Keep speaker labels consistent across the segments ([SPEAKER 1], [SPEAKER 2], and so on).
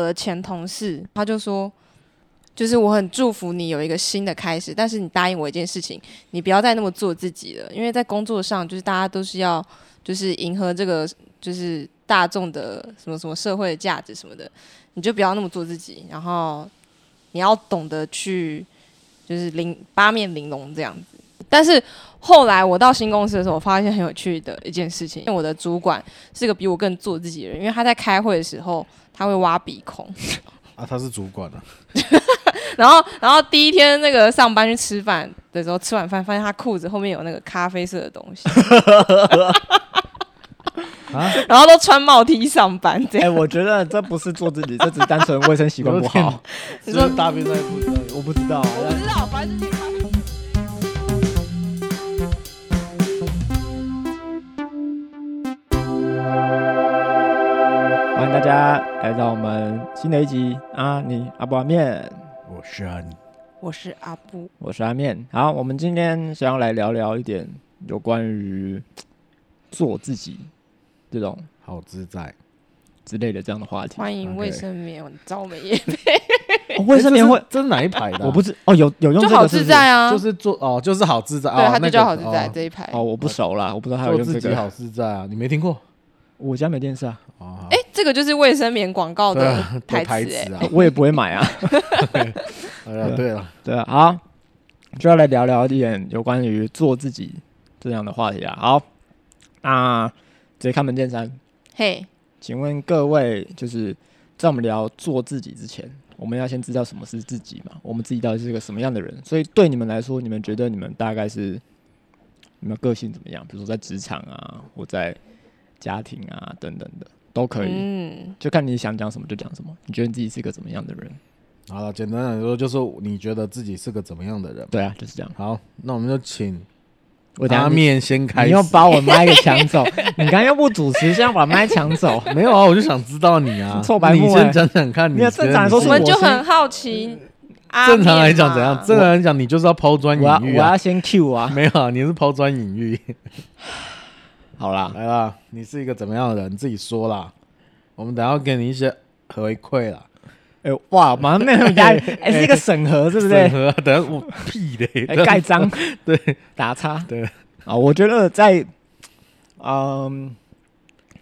[SPEAKER 1] 我的前同事他就说，就是我很祝福你有一个新的开始，但是你答应我一件事情，你不要再那么做自己了，因为在工作上就是大家都是要就是迎合这个就是大众的什么什么社会的价值什么的，你就不要那么做自己，然后你要懂得去就是零八面玲珑这样子。但是后来我到新公司的时候，我发现很有趣的一件事情，因为我的主管是个比我更做自己的人，因为他在开会的时候他会挖鼻孔，
[SPEAKER 2] 啊，他是主管啊，
[SPEAKER 1] 然后然后第一天那个上班去吃饭的时候，吃完饭发现他裤子后面有那个咖啡色的东 西，
[SPEAKER 3] 啊，
[SPEAKER 1] 然后都穿帽 T 上班这
[SPEAKER 3] 哎、
[SPEAKER 1] 样。
[SPEAKER 3] 我觉得这不是做自己，这只是单纯卫生习惯不好。
[SPEAKER 1] 你
[SPEAKER 3] 是
[SPEAKER 1] 说
[SPEAKER 3] 不是大便在不知道，我不知道。
[SPEAKER 1] 我不知道，反正就是咖啡。
[SPEAKER 3] 欢迎大家来到我们新的一集啊，你阿布阿面，
[SPEAKER 2] 我是安。
[SPEAKER 1] 我是阿布，
[SPEAKER 3] 我是阿面。好，我们今天想要来聊聊一点有关于做自己这种
[SPEAKER 2] 好自在，
[SPEAKER 3] 之类的这样的话题。
[SPEAKER 1] 欢迎
[SPEAKER 2] OK
[SPEAKER 1] 卫生棉，我招美 业，
[SPEAKER 3] 哦卫生棉会
[SPEAKER 2] 哎，这是这是哪一排的啊、
[SPEAKER 3] 我不知哦，有有用
[SPEAKER 1] 就
[SPEAKER 3] 这
[SPEAKER 1] 好
[SPEAKER 3] 个是
[SPEAKER 1] 自
[SPEAKER 3] 不是？
[SPEAKER 1] 在啊。
[SPEAKER 2] 就是做哦，就是好自在，
[SPEAKER 1] 对，
[SPEAKER 2] 哦
[SPEAKER 1] 他就叫好自
[SPEAKER 2] 那个
[SPEAKER 1] 在
[SPEAKER 2] 哦
[SPEAKER 1] 这一排。
[SPEAKER 3] 哦，我不熟啦，我不知道还有
[SPEAKER 2] 做
[SPEAKER 3] 用
[SPEAKER 2] 自
[SPEAKER 3] 这
[SPEAKER 2] 己
[SPEAKER 3] 个。
[SPEAKER 2] 好自在啊，你没听过？
[SPEAKER 3] 我家没电视啊，
[SPEAKER 2] 哦，
[SPEAKER 1] 哎，这个就是卫生棉广告
[SPEAKER 2] 好对
[SPEAKER 1] 的
[SPEAKER 2] 啊，
[SPEAKER 1] 台
[SPEAKER 2] 有台
[SPEAKER 1] 词哎。
[SPEAKER 2] 啊
[SPEAKER 3] 哎，我也不会买啊。
[SPEAKER 2] 哎 呀，对了，
[SPEAKER 3] 对啊，好，就要来聊聊一点有关于做自己这样的话题啊。好，那直接开门见山，
[SPEAKER 1] 嘿，
[SPEAKER 3] 请问各位，就是在我们聊做自己之前，我们要先知道什么是自己嘛？我们自己到底是个什么样的人？所以对你们来说，你们觉得你们大概是你们个性怎么样？比如说在职场啊，或在家庭啊等等的都可以，
[SPEAKER 1] 嗯，
[SPEAKER 3] 就看你想讲什么就讲什么。你觉得你自己是个怎么样的人？
[SPEAKER 2] 好了，简单来说就是你觉得自己是个怎么样的人？
[SPEAKER 3] 对啊，就是这样。
[SPEAKER 2] 好，那我们就请
[SPEAKER 3] 我等一
[SPEAKER 2] 阿
[SPEAKER 3] 下你
[SPEAKER 2] 面先开
[SPEAKER 3] 你
[SPEAKER 2] 始。
[SPEAKER 3] 又把我麦给抢走，你刚刚又不主持，现在把麦抢走。
[SPEAKER 2] 没有啊？我就想知道你 啊，
[SPEAKER 3] 臭白目
[SPEAKER 2] 你
[SPEAKER 3] 哎
[SPEAKER 2] 先讲讲看，
[SPEAKER 3] 没有
[SPEAKER 2] 觉得
[SPEAKER 3] 正常来说
[SPEAKER 1] 我
[SPEAKER 2] 你是
[SPEAKER 3] 是
[SPEAKER 1] 们就
[SPEAKER 3] 我
[SPEAKER 1] 很好奇。阿啊
[SPEAKER 2] 正
[SPEAKER 3] 啊
[SPEAKER 2] 常来
[SPEAKER 1] 面
[SPEAKER 2] 讲
[SPEAKER 1] 嘛
[SPEAKER 2] 怎样？正常来讲，你就是要抛砖
[SPEAKER 3] 我要
[SPEAKER 2] 引
[SPEAKER 3] 我
[SPEAKER 2] 玉啊
[SPEAKER 3] 要。先 Q 啊，
[SPEAKER 2] 没有啊，你是抛砖引玉。
[SPEAKER 3] 好啦，
[SPEAKER 2] 来啦，你是一个怎么样的人？你自己说啦。我们等一下给你一些回馈啦，
[SPEAKER 3] 哎、哇，马上那种压力， 哎、是一个审核，是不
[SPEAKER 2] 审
[SPEAKER 3] 是？
[SPEAKER 2] 核啊。等一下我屁的，
[SPEAKER 3] 哎，
[SPEAKER 2] 等一下
[SPEAKER 3] 盖章，
[SPEAKER 2] 对
[SPEAKER 3] 打叉，
[SPEAKER 2] 对
[SPEAKER 3] 啊，我觉得在，嗯，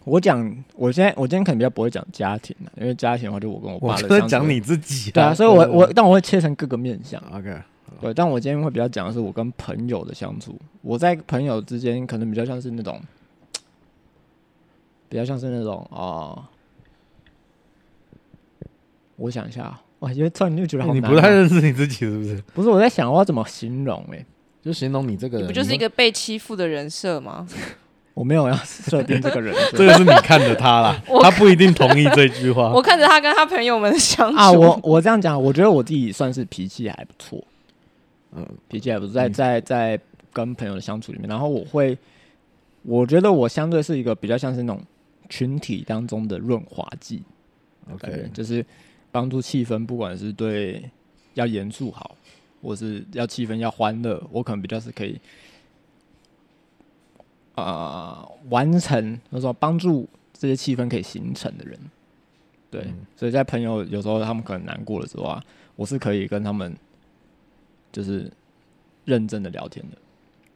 [SPEAKER 3] 我讲，我现在我今天可能比较不会讲家庭了，因为家庭的话就我跟我
[SPEAKER 2] 我
[SPEAKER 3] 爸的
[SPEAKER 2] 在
[SPEAKER 3] 相
[SPEAKER 2] 讲
[SPEAKER 3] 处，
[SPEAKER 2] 你自己。
[SPEAKER 3] 对啊，所以我我但我会切成各个面向，
[SPEAKER 2] OK，
[SPEAKER 3] 对，但我今天会比较讲的是我跟朋友的相处，我在朋友之间可能比较像是那种，比较像是那种哦、我想一下啊，哇，因为突然就觉得好
[SPEAKER 2] 你
[SPEAKER 3] 难哦、
[SPEAKER 2] 不太认识你自己是不是？
[SPEAKER 3] 不是我在想我要怎么形容哎、
[SPEAKER 2] 就形容你这个
[SPEAKER 1] 你
[SPEAKER 2] 人，
[SPEAKER 1] 不就是一
[SPEAKER 2] 你
[SPEAKER 1] 个被欺负的人设吗？，
[SPEAKER 3] 我没有要设定这个 人，
[SPEAKER 2] 这个是你看着他 啦
[SPEAKER 1] 我
[SPEAKER 2] 他不一定同意这句话
[SPEAKER 1] 我。看着他跟他朋友们的相处
[SPEAKER 3] 啊，我我这样讲，我觉得我自己算是脾气还不错，
[SPEAKER 2] 嗯，
[SPEAKER 3] 脾气还不错，在
[SPEAKER 2] 嗯
[SPEAKER 3] 在在跟朋友的相处里面，然后我会，我觉得我相对是一个比较像是那种群体当中的润滑剂，感觉
[SPEAKER 2] OK，嗯
[SPEAKER 3] 就是帮助气氛，不管是对要严肃好，或是要气氛要欢乐，我可能比较是可以，呃，完成或者说帮助这些气氛可以形成的人。对，
[SPEAKER 2] 嗯
[SPEAKER 3] 所以在朋友有时候他们可能难过的时候啊，我是可以跟他们就是认真的聊天的。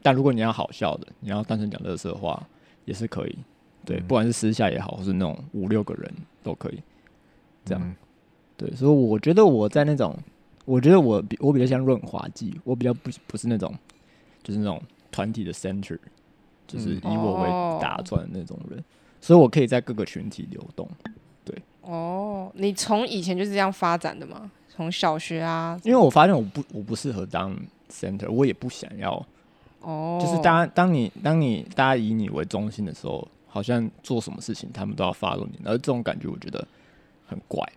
[SPEAKER 3] 但如果你要好笑的，你要单纯讲乐色话也是可以。对，
[SPEAKER 2] 嗯
[SPEAKER 3] 不管是私下也好，或是那种五六个人都可以。这样
[SPEAKER 2] 嗯
[SPEAKER 3] 对，所以我觉得我在那种，我觉得我比我比较像润滑剂，我比较不不是那种，就是那种团体的 center，就是以
[SPEAKER 2] 嗯
[SPEAKER 3] 我
[SPEAKER 1] 哦
[SPEAKER 3] 为打转的那种人，所以我可以在各个群体流动，
[SPEAKER 1] 哦，你从以前就是这样发展的吗？从小学啊，
[SPEAKER 3] 因为我发现我不我不适合当 center，我也不想要，
[SPEAKER 1] 哦，
[SPEAKER 3] 就是大家当你当你大家以你为中心的时候，好像做什么事情他们都要 follow 你，而这种感觉我觉得很怪，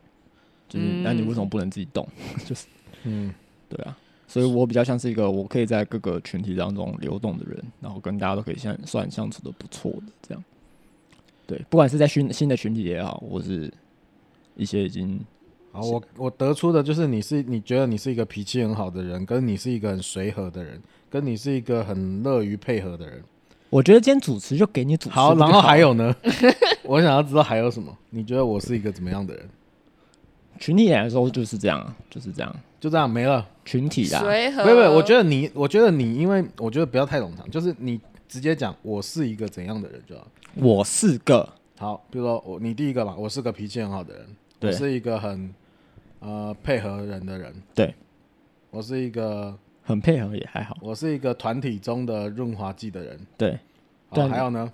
[SPEAKER 3] 就是那你为什么不能自己动？
[SPEAKER 2] 嗯，
[SPEAKER 3] 对啊，所以我比较像是一个我可以在各个群体当中流动的人，然后跟大家都可以相算相处的不错的这样。对，不管是在新新的群体也好，或是一些已经
[SPEAKER 2] 好，我我得出的就是你是你觉得你是一个脾气很好的人，跟你是一个很随和的人，跟你是一个很乐于配合的人。
[SPEAKER 3] 我觉得今天主持就给你主持
[SPEAKER 2] 好，
[SPEAKER 3] 不就
[SPEAKER 2] 然
[SPEAKER 3] 好，
[SPEAKER 2] 后还有呢？我想要知道还有什么？你觉得我是一个怎么样的人？
[SPEAKER 3] 群体来说就是这样啊，就是这样，
[SPEAKER 2] 就这样没了。
[SPEAKER 3] 群体啦，
[SPEAKER 1] 随和，
[SPEAKER 2] 不不，我觉得你，我觉得你，因为我觉得不要太冗长，就是你直接讲我是一个怎样的人就好。
[SPEAKER 3] 我是个
[SPEAKER 2] 好，比如说我，你第一个嘛，我是个脾气很好的人，
[SPEAKER 3] 对
[SPEAKER 2] 我是一个很呃配合人的人，
[SPEAKER 3] 对，
[SPEAKER 2] 我是一个
[SPEAKER 3] 很配合也还好，
[SPEAKER 2] 我是一个团体中的润滑剂的人。
[SPEAKER 3] 对
[SPEAKER 2] 好，
[SPEAKER 3] 但
[SPEAKER 2] 还有呢，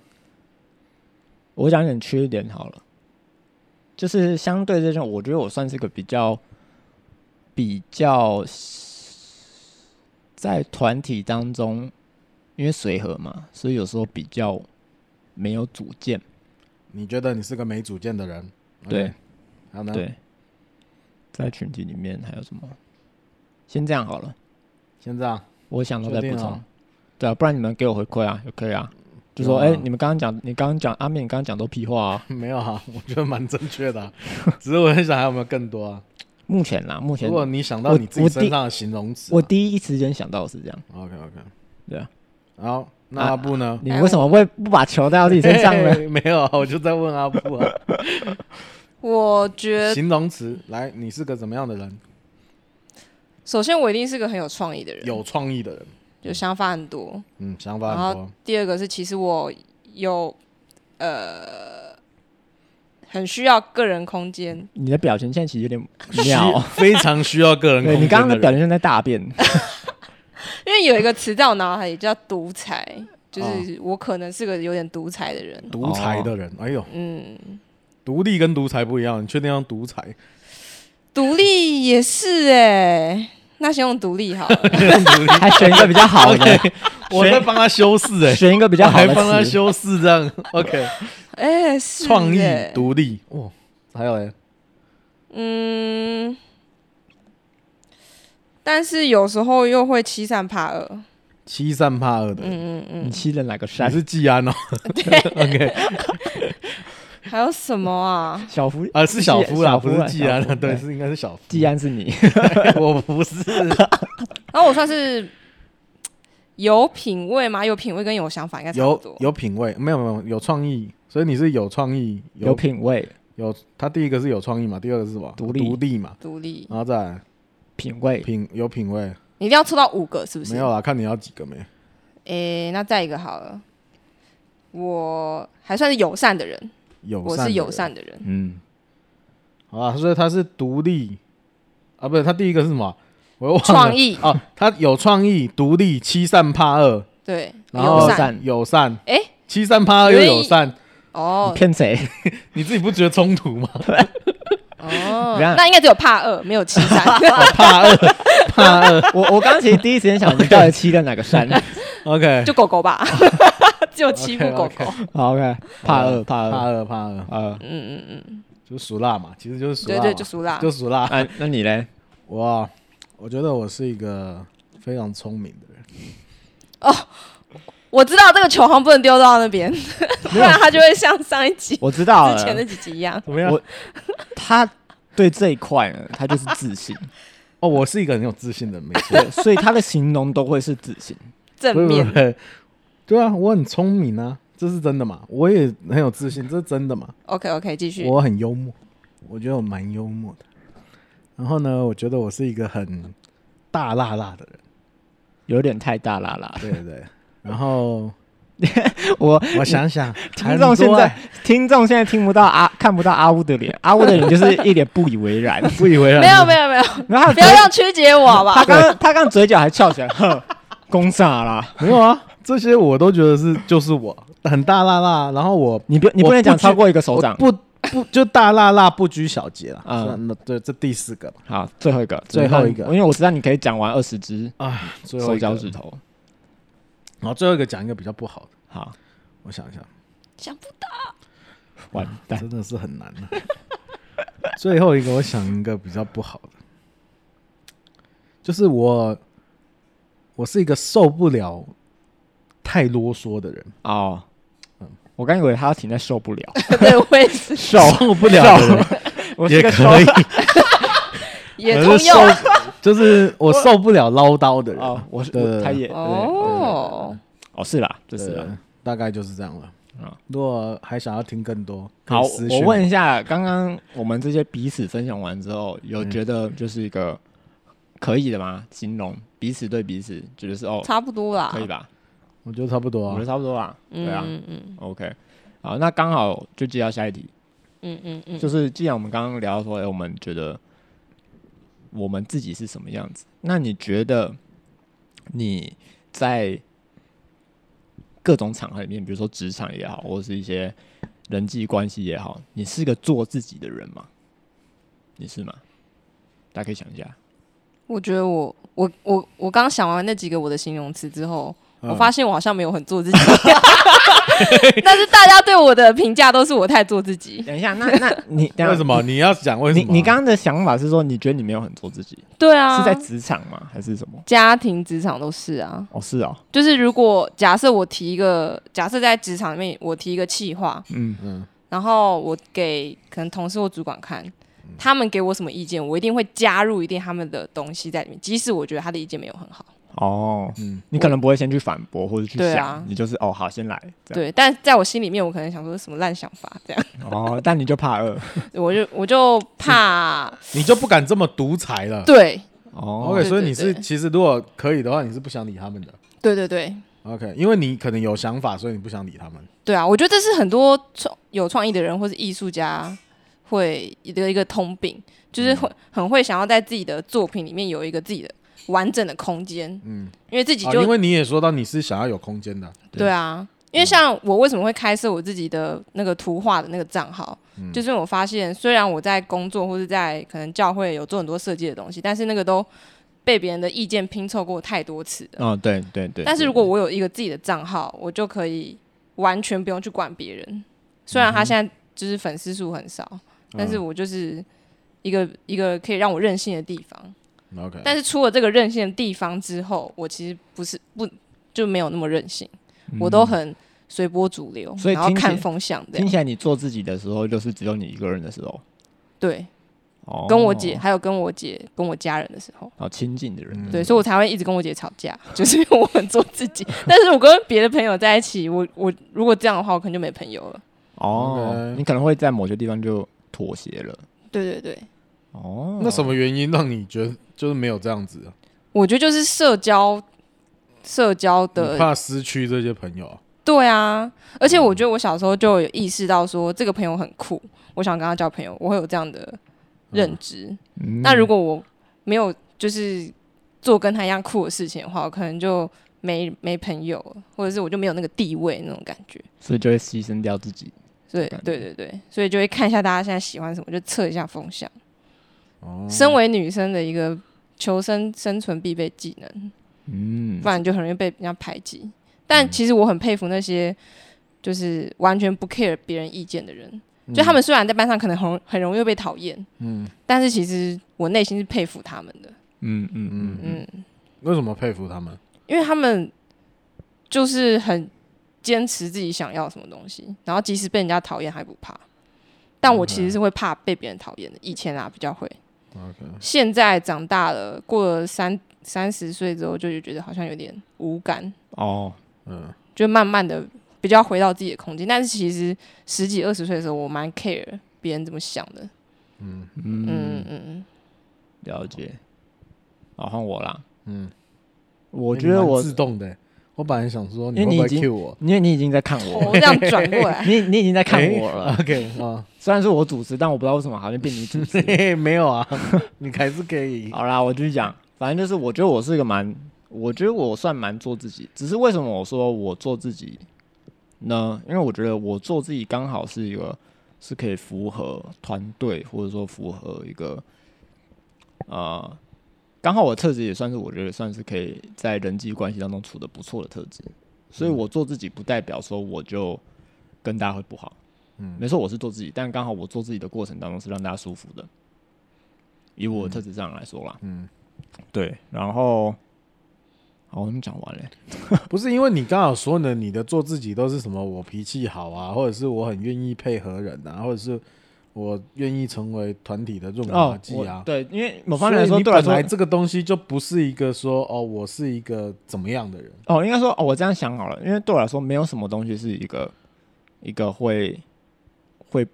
[SPEAKER 3] 我讲点缺点好了，就是相对这种，我觉得我算是个比较比较在团体当中，因为随和嘛，所以有时候比较没有主见。
[SPEAKER 2] 你觉得你是个没主见的人？
[SPEAKER 3] 对
[SPEAKER 2] OK，还有呢？
[SPEAKER 3] 对，在群体里面还有什么？先这样好了，
[SPEAKER 2] 现在啊
[SPEAKER 3] 我想到再
[SPEAKER 2] 确
[SPEAKER 3] 补
[SPEAKER 2] 定
[SPEAKER 3] 充
[SPEAKER 2] 哦。
[SPEAKER 3] 对啊，不然你们给我回馈啊，也可以啊。就说，
[SPEAKER 2] 有啊
[SPEAKER 3] 哎、你们刚刚讲，你刚刚讲阿面，你刚刚讲都屁话啊。
[SPEAKER 2] 没有啊，我觉得蛮正确 的啊、只是我在想还有没有更多啊。
[SPEAKER 3] 目前啦，目前
[SPEAKER 2] 如果你想到你自己
[SPEAKER 3] 我第
[SPEAKER 2] 身上的形容词啊、
[SPEAKER 3] 我第一时间想到的是这样。
[SPEAKER 2] OK OK，
[SPEAKER 3] 对啊。
[SPEAKER 2] 然后那
[SPEAKER 3] 啊
[SPEAKER 2] 阿布呢？
[SPEAKER 3] 你为什么会不把球带到自己身上呢？
[SPEAKER 2] 嘿没有啊，我就在问阿布啊。
[SPEAKER 1] 我觉得
[SPEAKER 2] 形容词，来，你是个怎么样的人？
[SPEAKER 1] 首先我一定是个很有创意的人，
[SPEAKER 2] 有创意的人，
[SPEAKER 1] 有想法很多。
[SPEAKER 2] 嗯，
[SPEAKER 1] 然
[SPEAKER 2] 想法很
[SPEAKER 1] 后
[SPEAKER 3] 啊
[SPEAKER 2] 多，
[SPEAKER 1] 第二个是，其实我有呃很需要个人空间，
[SPEAKER 3] 你的表情现在其实有点妙，
[SPEAKER 2] 需 非常需要个人空
[SPEAKER 3] 对
[SPEAKER 2] 间
[SPEAKER 3] 你刚刚的
[SPEAKER 2] 人
[SPEAKER 3] 表情像在大便。
[SPEAKER 1] 因为有一个词在我脑海里叫独裁，就是我可能是个有点独裁的人。
[SPEAKER 2] 独裁的
[SPEAKER 3] 哦
[SPEAKER 2] 人，哎呦，
[SPEAKER 1] 嗯，
[SPEAKER 2] 独立跟独裁不一样，你确定要独 裁？
[SPEAKER 1] 独立也是哎、那先用独立好了。
[SPEAKER 2] 独立
[SPEAKER 3] 还选一个比 较好的，
[SPEAKER 2] OK，我在帮他修饰哎，
[SPEAKER 3] 选一个比较
[SPEAKER 2] 我
[SPEAKER 3] 好
[SPEAKER 2] 还
[SPEAKER 3] 的
[SPEAKER 2] 帮他
[SPEAKER 3] 词。
[SPEAKER 2] 修饰这样，OK，
[SPEAKER 1] 哎、是
[SPEAKER 2] 创意
[SPEAKER 1] 欸
[SPEAKER 2] 独立，哇，还有欸嘞，
[SPEAKER 1] 嗯，但是有时候又会欺善怕恶。
[SPEAKER 2] 欺善怕恶的
[SPEAKER 1] 嗯
[SPEAKER 2] 人，
[SPEAKER 1] 嗯
[SPEAKER 3] 你
[SPEAKER 1] 嗯，
[SPEAKER 3] 欺了哪个山
[SPEAKER 2] 你？是季安 哦，OK
[SPEAKER 1] 还有什么 啊？
[SPEAKER 3] 小福
[SPEAKER 2] 啊，是小夫啦，
[SPEAKER 3] 小
[SPEAKER 2] 不
[SPEAKER 3] 夫
[SPEAKER 2] 是
[SPEAKER 3] 啊
[SPEAKER 2] 季安
[SPEAKER 3] 小夫
[SPEAKER 2] 啊，对，
[SPEAKER 3] 对
[SPEAKER 2] 是应该是小夫，
[SPEAKER 3] 既然是你，
[SPEAKER 2] 我不 是，
[SPEAKER 1] 然后我算是有品味吗？有品味跟有想法应该差不
[SPEAKER 2] 有
[SPEAKER 1] 多。
[SPEAKER 2] 有品味，没有没有有创意，所以你是有创意，
[SPEAKER 3] 有品味，
[SPEAKER 2] 有，他第一个是有创意嘛，第二个是什么？
[SPEAKER 3] 独立
[SPEAKER 2] 独立嘛，
[SPEAKER 1] 独立，
[SPEAKER 2] 然后再来
[SPEAKER 3] 品味
[SPEAKER 2] 品有品味，
[SPEAKER 1] 你一定要凑到五个，是不是？
[SPEAKER 2] 没有啦，看你要几个没。
[SPEAKER 1] 诶、那再一个好了，我还算是友善的人，
[SPEAKER 2] 友
[SPEAKER 1] 我
[SPEAKER 2] 善
[SPEAKER 1] 是
[SPEAKER 2] 的
[SPEAKER 1] 友
[SPEAKER 2] 人，
[SPEAKER 1] 善的人，
[SPEAKER 3] 嗯，
[SPEAKER 2] 好啊，所以他是独立啊，不是他第一个是什么？我又忘了
[SPEAKER 1] 创意
[SPEAKER 2] 哦，他有创意，独立，欺善怕恶，
[SPEAKER 1] 对，
[SPEAKER 2] 然后
[SPEAKER 1] 友
[SPEAKER 3] 善
[SPEAKER 2] 友善，
[SPEAKER 1] 诶
[SPEAKER 2] 欺善怕恶又友善，
[SPEAKER 1] 哦
[SPEAKER 3] 你骗谁？
[SPEAKER 2] 你自己不觉得冲突 吗？
[SPEAKER 1] 哦，
[SPEAKER 3] 你看
[SPEAKER 1] 那应该只有怕恶，没有欺 善。
[SPEAKER 2] 怕 恶，怕恶
[SPEAKER 3] 我我刚刚其实第一时间 想，你到底欺了哪个山
[SPEAKER 2] ，OK，
[SPEAKER 1] 就狗狗吧， 只有欺负狗狗。
[SPEAKER 3] 好？OK，怕恶，怕
[SPEAKER 2] 啊怕
[SPEAKER 3] 恶，
[SPEAKER 2] 恶，怕恶，
[SPEAKER 3] 呃，
[SPEAKER 1] 嗯嗯嗯，
[SPEAKER 2] 就是俗辣嘛，其实就是俗辣
[SPEAKER 1] 对
[SPEAKER 2] 嘛，
[SPEAKER 1] 对，就熟啦。
[SPEAKER 2] 就俗辣。
[SPEAKER 3] 啊，那 你嘞？
[SPEAKER 2] 哇，我觉得我是一个非常聪明的人，
[SPEAKER 1] 我知道这个球好像不能丢到那边，不然它就会像上一集
[SPEAKER 3] 我知道了
[SPEAKER 1] 之，前的几集一样。
[SPEAKER 2] 怎么样
[SPEAKER 3] 我？他对这一块呢，他就是 自信，
[SPEAKER 2] 哦，我是一个很有自信的人，没错。
[SPEAKER 3] 对，所以他的形容都会是自信。
[SPEAKER 1] 正
[SPEAKER 2] 不是
[SPEAKER 1] 面
[SPEAKER 2] 不是，对啊，我很聪明啊，这是真的嘛？我也很有自信，这是真的嘛？
[SPEAKER 1] ，OK OK，继续。
[SPEAKER 2] 我很幽默，我觉得我蛮幽默的。然后呢，我觉得我是一个很大辣辣 的人，
[SPEAKER 3] 有点太大啦啦。
[SPEAKER 2] 对对对。然后
[SPEAKER 3] 我
[SPEAKER 2] 我想 想，
[SPEAKER 3] 听众现在
[SPEAKER 2] 还啊
[SPEAKER 3] 听众现在听不到阿看不到阿乌的脸，阿乌的 脸就是一脸不以为然。
[SPEAKER 2] 不以为然，
[SPEAKER 1] 没有没有没有，
[SPEAKER 3] 然后他的
[SPEAKER 1] 不要
[SPEAKER 3] 嘴
[SPEAKER 1] 这样曲解我
[SPEAKER 2] 啊
[SPEAKER 1] 好不
[SPEAKER 3] 他
[SPEAKER 1] 好？
[SPEAKER 3] 刚他刚嘴角还翘起来，哼，攻啥啦？
[SPEAKER 2] 没有啊，这些我都觉得是就是我很大辣辣，然后我
[SPEAKER 3] 你不你不能讲
[SPEAKER 2] 我不
[SPEAKER 3] 超过一个手掌。
[SPEAKER 2] 我不不就大辣辣不拘小节了。
[SPEAKER 3] 嗯
[SPEAKER 2] 嗯，那对这第四个嘛，
[SPEAKER 3] 好，最后一个，
[SPEAKER 2] 最后一个
[SPEAKER 3] 因为我知道你可以讲完二十只
[SPEAKER 2] 啊，最后
[SPEAKER 3] 手
[SPEAKER 2] 一个
[SPEAKER 3] 脚指，头。
[SPEAKER 2] 然后最后一个讲一个比较不好的，
[SPEAKER 3] 好，
[SPEAKER 2] 我想一想。
[SPEAKER 1] 想不
[SPEAKER 3] 完蛋，
[SPEAKER 2] 真的是很难、啊。 最后一个，我想一个比较不好的，就是我，我是一个受不了太啰嗦的人，
[SPEAKER 3] 哦。我刚以为他要停在受不了，
[SPEAKER 1] 到 对，我也是，
[SPEAKER 3] 受
[SPEAKER 2] 受不了的人
[SPEAKER 3] 我是
[SPEAKER 2] 也
[SPEAKER 3] 个受
[SPEAKER 2] 可以，
[SPEAKER 1] 也
[SPEAKER 2] 可
[SPEAKER 1] 通
[SPEAKER 2] 是
[SPEAKER 1] 用啊
[SPEAKER 2] 受。就是我受不了唠叨的人。
[SPEAKER 3] 哦，我是
[SPEAKER 2] 对对
[SPEAKER 3] 我
[SPEAKER 2] 对
[SPEAKER 3] 他也对
[SPEAKER 1] 哦，
[SPEAKER 3] 哦是啦，就是啦
[SPEAKER 2] 啊对，大概就是这样了。如果还想要听更多，可以
[SPEAKER 3] 好，
[SPEAKER 2] 私
[SPEAKER 3] 我
[SPEAKER 2] 讯
[SPEAKER 3] 问一下，刚刚我们这些彼此分享完之后，有觉得就是一个可以的吗？形容彼此对彼此，觉得是哦，
[SPEAKER 1] 差不多啊啦，
[SPEAKER 3] 可以吧？
[SPEAKER 2] 我觉得差不多 啊
[SPEAKER 3] 我觉得。差不多啦，对啊
[SPEAKER 1] 嗯嗯
[SPEAKER 3] ，OK。好，那刚好就接到下一题，
[SPEAKER 1] 嗯嗯嗯，
[SPEAKER 3] 就是是既然我们刚刚聊到说，哎、我们觉得我们自己是什么样子，那你觉得你在各种场合里面，比如说职场也好，或者是一些人际关系也好，你是个做自己的人吗？你是吗？大家可以想一下，
[SPEAKER 1] 我觉得我我我我刚想完那几个我的形容词之后，我
[SPEAKER 2] 嗯
[SPEAKER 1] 发现我好像没有很做自己， 但是大家对我的评价都是我太做自己。
[SPEAKER 3] 等一 下，那那你等一下
[SPEAKER 2] 为什么你要讲为什
[SPEAKER 3] 你
[SPEAKER 2] 么？
[SPEAKER 3] 你刚刚的想法是说，你觉得你没有很做自己，
[SPEAKER 1] 对啊，
[SPEAKER 3] 是在职场吗？还是什么？
[SPEAKER 1] 家庭、职场都是啊。
[SPEAKER 3] 哦，是哦，
[SPEAKER 1] 就是如果假设我提一个，假设在职场里面我提一个企划，
[SPEAKER 3] 嗯，
[SPEAKER 2] 嗯，
[SPEAKER 1] 然后我给可能同事或主管看，
[SPEAKER 3] 嗯
[SPEAKER 1] 他们给我什么意见，我一定会加入一定他们的东西在里面，即使我觉得他的意见没有很好。
[SPEAKER 3] 哦，
[SPEAKER 2] 嗯
[SPEAKER 3] 你可能不会先去反驳或者去
[SPEAKER 1] 对
[SPEAKER 3] 想，
[SPEAKER 1] 啊
[SPEAKER 3] 你就是哦好，先来这样。
[SPEAKER 1] 对，但在我心里面，我可能想说什么烂想法这 样，
[SPEAKER 3] 哦，但你就怕饿
[SPEAKER 1] 我就我就
[SPEAKER 3] 嗯
[SPEAKER 1] 怕
[SPEAKER 2] 你就不敢这么独裁了。
[SPEAKER 1] 对
[SPEAKER 3] 哦
[SPEAKER 2] OK，所以你
[SPEAKER 1] 对
[SPEAKER 2] 是
[SPEAKER 1] 对对
[SPEAKER 2] 其实如果可以的话，你是不想理他们的。
[SPEAKER 1] 对对对
[SPEAKER 2] OK，因为你可能有想法，所以你不想理他们。
[SPEAKER 1] 对啊！我觉得这是很多创有创意的人或是艺术家会的一个通病，就是
[SPEAKER 2] 嗯
[SPEAKER 1] 会很会想要在自己的作品里面有一个自己的完整的空间，
[SPEAKER 2] 嗯，
[SPEAKER 1] 因为自己
[SPEAKER 2] 啊，
[SPEAKER 1] 就、
[SPEAKER 2] 因为你也说到你是想要有空间的，
[SPEAKER 1] 对啊。因为像我为什么会开设我自己的那个图画的那个账号，
[SPEAKER 2] 嗯
[SPEAKER 1] 就是因为我发现虽然我在工作或是在可能教会有做很多设计的东西，但是那个都被别人的意见拼凑过太多次了。
[SPEAKER 3] 哦，对对对。
[SPEAKER 1] 但是
[SPEAKER 3] 对
[SPEAKER 1] 如果我有一个自己的账号，我就可以完全不用去管别人。虽然
[SPEAKER 3] 嗯
[SPEAKER 1] 他现在就是粉丝数很少，但是我就是一个一个可以让我任性的地方。
[SPEAKER 3] 嗯
[SPEAKER 2] OK，
[SPEAKER 1] 但是出了这个任性的地方之后，我其实不是不就没有那么任性，
[SPEAKER 3] 嗯
[SPEAKER 1] 我都很随波逐流，
[SPEAKER 3] 所以
[SPEAKER 1] 然后
[SPEAKER 3] 听起
[SPEAKER 1] 看风向这
[SPEAKER 3] 听
[SPEAKER 1] 样。
[SPEAKER 3] 起来你做自己的时候，就是只有你一个人的时候，
[SPEAKER 1] 对，
[SPEAKER 3] 哦，
[SPEAKER 1] 跟我姐、还有跟我姐跟我家人的时候。
[SPEAKER 3] 哦亲近的人，
[SPEAKER 1] 对，所以我才会一直跟我姐吵架， 就是因为我很做自己。但是我跟别的朋友在一起，我我如果这样的话，我可能就没朋友了。
[SPEAKER 3] 哦，
[SPEAKER 2] OK
[SPEAKER 3] 你可能会在某些地方就妥协了，
[SPEAKER 1] 对对对，
[SPEAKER 3] 哦，
[SPEAKER 2] 那什么原因让你觉得就是没有这样子啊？
[SPEAKER 1] 我觉得就是社交，社交
[SPEAKER 2] 你
[SPEAKER 1] 的，
[SPEAKER 2] 怕失去这些朋友啊，
[SPEAKER 1] 对啊。而且我觉得我小时候就有意识到说，这个朋友很酷，我想跟他交朋友，我会有这样的认知。
[SPEAKER 3] 嗯？
[SPEAKER 1] 那如
[SPEAKER 3] 果
[SPEAKER 1] 果我没有就是做跟他一样酷的事情的话，我可能就没没朋友了，或者是我就没有那个地位那种感觉。
[SPEAKER 3] 所以就会牺牲掉自己，
[SPEAKER 1] 对
[SPEAKER 3] 感觉
[SPEAKER 1] 对对对，所以就会看一下大家现在喜欢什么，就测一下风向。
[SPEAKER 3] 嗯
[SPEAKER 2] 哦，
[SPEAKER 1] 身为女生的一个求生生存必备技能，
[SPEAKER 3] 嗯
[SPEAKER 1] 不，然就很容易被人家排挤。但其实我很佩服那些就是完全不 care 别人意见的人，
[SPEAKER 2] 嗯
[SPEAKER 1] 就他们虽然在班上可能很容很容易会被讨厌，
[SPEAKER 2] 嗯，
[SPEAKER 1] 但是其实我内心是佩服他们的，
[SPEAKER 3] 嗯嗯嗯嗯，
[SPEAKER 1] 嗯，
[SPEAKER 2] 为什么佩服他们？
[SPEAKER 1] 因为他们就是很坚持自己想要什么东西，然后即使被人家讨厌还不怕。但我其实是会怕被别人讨厌的，以前啊比较会。现在长大了，过了三三十岁之后，就觉得好像有点无感，
[SPEAKER 3] 哦，
[SPEAKER 2] 嗯，
[SPEAKER 1] 就慢慢的比较回到自己的空间。但是其实十几二十岁的时候，我蛮 care 别人怎么想的。嗯
[SPEAKER 3] 嗯，
[SPEAKER 1] 嗯嗯，
[SPEAKER 3] 了解。哦，换我啦，
[SPEAKER 2] 嗯，
[SPEAKER 3] 我
[SPEAKER 2] 欸
[SPEAKER 3] 觉得
[SPEAKER 2] 你蛮
[SPEAKER 3] 我，
[SPEAKER 2] 自动的欸，我本来想说
[SPEAKER 3] 因为
[SPEAKER 2] 会不
[SPEAKER 3] 你已
[SPEAKER 2] 会
[SPEAKER 3] 经
[SPEAKER 2] Q 我，
[SPEAKER 3] 因为你已经在看
[SPEAKER 2] 哦
[SPEAKER 1] 头这
[SPEAKER 3] 我了，
[SPEAKER 1] 样转过来，
[SPEAKER 3] 你你已经在看
[SPEAKER 2] 欸
[SPEAKER 3] 我了，
[SPEAKER 2] OK 啊，
[SPEAKER 3] 虽然是我主持，但我不知道为什么好像变你主持
[SPEAKER 2] 嘿。嘿， 没有 啊，你还是可以，
[SPEAKER 3] 好啦，我继续讲，反正就是我觉得我是一个蛮，我觉得我算蛮做自己，只是为什么我说我做自己呢？因为我觉得我做自己刚好是一个是可以符合团队，或者说符合一个呃，刚好我的特质也算是我觉得算是可以在人际关系当中处的不错的特质，所以我做自己不代表说我就跟大家会不好。
[SPEAKER 2] 嗯
[SPEAKER 3] 没错，我是做自己，但刚好我做自己的过程当中是让大家舒服的。以我的特质上来说啦，
[SPEAKER 2] 嗯，
[SPEAKER 3] 对，然后，哦好，我们讲完了。
[SPEAKER 2] 不是因为你刚好说呢，你的做自己都是什么？我脾气好啊，或者是我很愿意配合人啊，或者是我愿意成为团体的润滑剂啊
[SPEAKER 3] 哦我。对，因为某
[SPEAKER 2] 我
[SPEAKER 3] 方面来说，
[SPEAKER 2] 你
[SPEAKER 3] 对我来
[SPEAKER 2] 本
[SPEAKER 3] 说
[SPEAKER 2] 来，这个东西就不是一个说哦，我是一个怎么样的人，
[SPEAKER 3] 哦，应该说，哦，我这样想好了，因为对我来说，没有什么东西是一个一个会会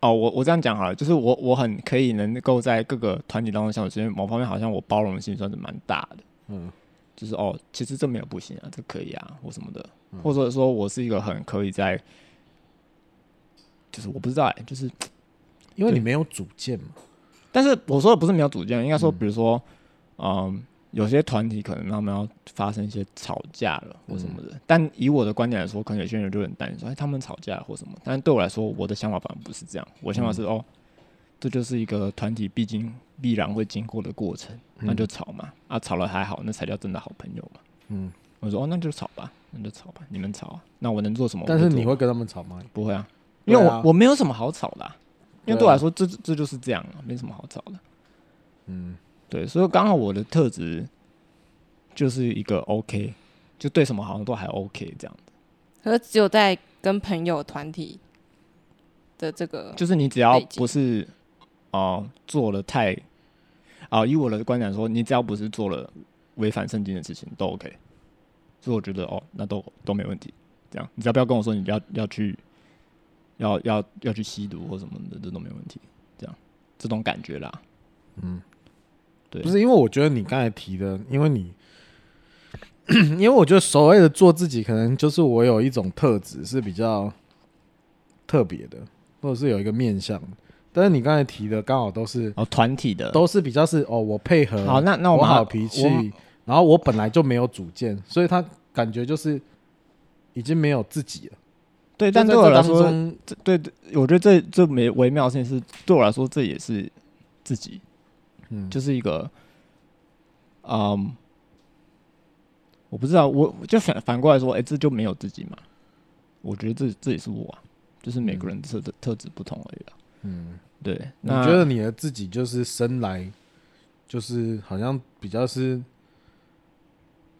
[SPEAKER 3] 哦，我我这样讲好了，就是我我很可以能够在各个团体当中相处，因为某方面好像我包容性算是蛮大的。
[SPEAKER 2] 嗯，
[SPEAKER 3] 就是哦，其实这没有不行啊，这可以啊，或什么的，
[SPEAKER 2] 嗯
[SPEAKER 3] 或者说我是一个很可以在，就是我不知道哎、就是，
[SPEAKER 2] 因为
[SPEAKER 3] 对
[SPEAKER 2] 你没有主见嘛。
[SPEAKER 3] 但是我说的不是没有主见，应该说，
[SPEAKER 2] 嗯
[SPEAKER 3] 比如说，嗯，有些团体可能他们要发生一些吵架了
[SPEAKER 2] 嗯
[SPEAKER 3] 或什么的，但以我的观点来说，可能有些人就很担心说，哎，他们吵架了或什么，但对我来说，我的想法反而不是这样，我想法
[SPEAKER 2] 嗯
[SPEAKER 3] 是、哦，这就是一个团体必经必然会经过的过程，那就吵嘛，啊，吵了还好，那才叫真的好朋友嘛。
[SPEAKER 2] 嗯，
[SPEAKER 3] 我说哦，那就吵吧，那就吵吧，你们吵啊，那我能做什么？
[SPEAKER 2] 但
[SPEAKER 3] 我
[SPEAKER 2] 是
[SPEAKER 3] 就做
[SPEAKER 2] 你会跟他们吵吗？
[SPEAKER 3] 不会啊？
[SPEAKER 2] 对
[SPEAKER 3] 因
[SPEAKER 2] 啊
[SPEAKER 3] 为我、我没有什么好吵的啊、因为
[SPEAKER 2] 对
[SPEAKER 3] 对
[SPEAKER 2] 啊
[SPEAKER 3] 我来说，这这就是这样啊，没什么好吵的。
[SPEAKER 2] 嗯
[SPEAKER 3] 对，所以刚好我的特质就是一个 OK，就对什么好像都还 OK 这样。
[SPEAKER 1] 可是只有在跟朋友团体的这个，
[SPEAKER 3] 就是你只要
[SPEAKER 1] 背景
[SPEAKER 3] 不是哦、呃做了太啊、以我的观点来说，你只要不是做了违反圣经的事情都 OK，所以我觉得哦，那都都没问题。这样，你只要不要跟我说你要要去要要要去吸毒或什么的，这都没问题。这样，这种感觉啦，
[SPEAKER 2] 嗯，
[SPEAKER 3] 对
[SPEAKER 2] 不是因为我觉得你刚才提的，因为你， 因为我觉得所谓的做自己，可能就是我有一种特质是比较特别的，或者是有一个面向。但是你刚才提的刚好都是
[SPEAKER 3] 哦，团体的
[SPEAKER 2] 都是比较是哦，我配合，
[SPEAKER 3] 好，那那
[SPEAKER 2] 我
[SPEAKER 3] 们
[SPEAKER 2] 好脾
[SPEAKER 3] 我
[SPEAKER 2] 气，然后我本来就没有主见，所以他感觉就是已经没有自己了。
[SPEAKER 3] 对，但
[SPEAKER 2] 就
[SPEAKER 3] 对
[SPEAKER 2] 在
[SPEAKER 3] 我
[SPEAKER 2] 这
[SPEAKER 3] 来
[SPEAKER 2] 当
[SPEAKER 3] 说，
[SPEAKER 2] 中，
[SPEAKER 3] 这对，对我觉得这这没微妙的事情是，对我来说这也是自己，
[SPEAKER 2] 嗯，
[SPEAKER 3] 就是一个，嗯，我不知道，我就反反过来说，哎、这就没有自己嘛？我觉得这这也是我、啊，就是每个人特的特质不同而已、啊。
[SPEAKER 2] 嗯，
[SPEAKER 3] 对，
[SPEAKER 2] 你
[SPEAKER 3] 那
[SPEAKER 2] 觉得你的自己就是生来就是好像比较是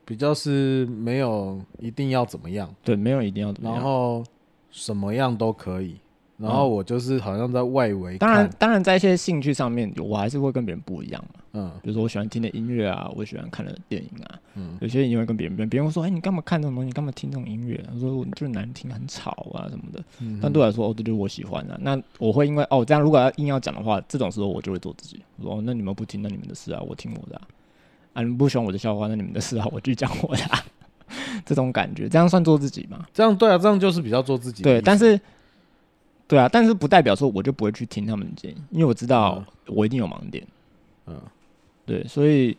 [SPEAKER 2] 比较是没有一定要怎么样，
[SPEAKER 3] 对没有一定要怎么
[SPEAKER 2] 然
[SPEAKER 3] 样？
[SPEAKER 2] 后什么样都可以，然后
[SPEAKER 3] 嗯
[SPEAKER 2] 我就是好像在外围看，
[SPEAKER 3] 当然，当然，在一些兴趣上面，我还是会跟别人不一样嘛。
[SPEAKER 2] 嗯
[SPEAKER 3] 比如说，我喜欢听的音乐啊，我喜欢看的电影啊，
[SPEAKER 2] 嗯
[SPEAKER 3] 有些人也会跟别人，别人会说：“哎、你干嘛看这种东西？你干嘛听这种音乐？”他说：“我就是难听，很吵啊什么的。”
[SPEAKER 2] 嗯，
[SPEAKER 3] 但对我来说，哦，这就是我喜欢的、那我会因为哦，这样如果要硬要讲的话，这种时候我就会做自己。我说、哦、那你们不听，那你们的事啊，我听我的啊。啊，你们不喜欢我的笑话，那你们的事啊，我继续讲我的、啊。 这种感觉，这样算做自己吗？
[SPEAKER 2] 这样对啊，这样就是比较做自己的意思。
[SPEAKER 3] 对，但是，对啊，但是不代表说我就不会去听他们的建议，因为我知道我一定有盲点。
[SPEAKER 2] 嗯，
[SPEAKER 3] 对，所以，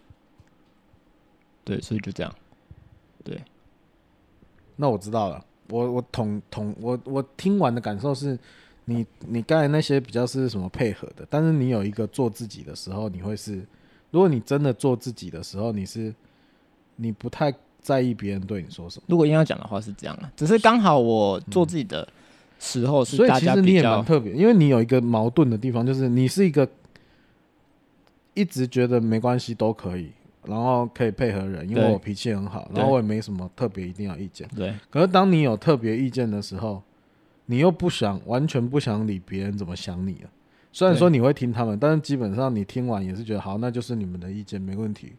[SPEAKER 3] 对，所以就这样。
[SPEAKER 2] 那我知道了，我我统统我我听完的感受是你，你刚才那些比较是什么配合的，但是你有一个做自己的时候，你会是，如果你真的做自己的时候，你是你不太在意别人对你说什么，
[SPEAKER 3] 如果硬要讲的话是这样啊，只是刚好我做自己的时候是
[SPEAKER 2] 嗯所以
[SPEAKER 3] 大
[SPEAKER 2] 其
[SPEAKER 3] 家
[SPEAKER 2] 实你
[SPEAKER 3] 比
[SPEAKER 2] 也
[SPEAKER 3] 较
[SPEAKER 2] 蛮特别，因为你有一个矛盾的地方，就是你是一个一直觉得没关系都可以，然后可以配合人，因为
[SPEAKER 3] 对
[SPEAKER 2] 我脾气很好，然后
[SPEAKER 3] 对
[SPEAKER 2] 我也没什么特别一定要意见。
[SPEAKER 3] 对，
[SPEAKER 2] 可是当你有特别意见的时候，你又不想完全不想理别人怎么想你了。虽然说你会听他们，但是基本上你听完也是觉得好，那就是你们的意见没问题。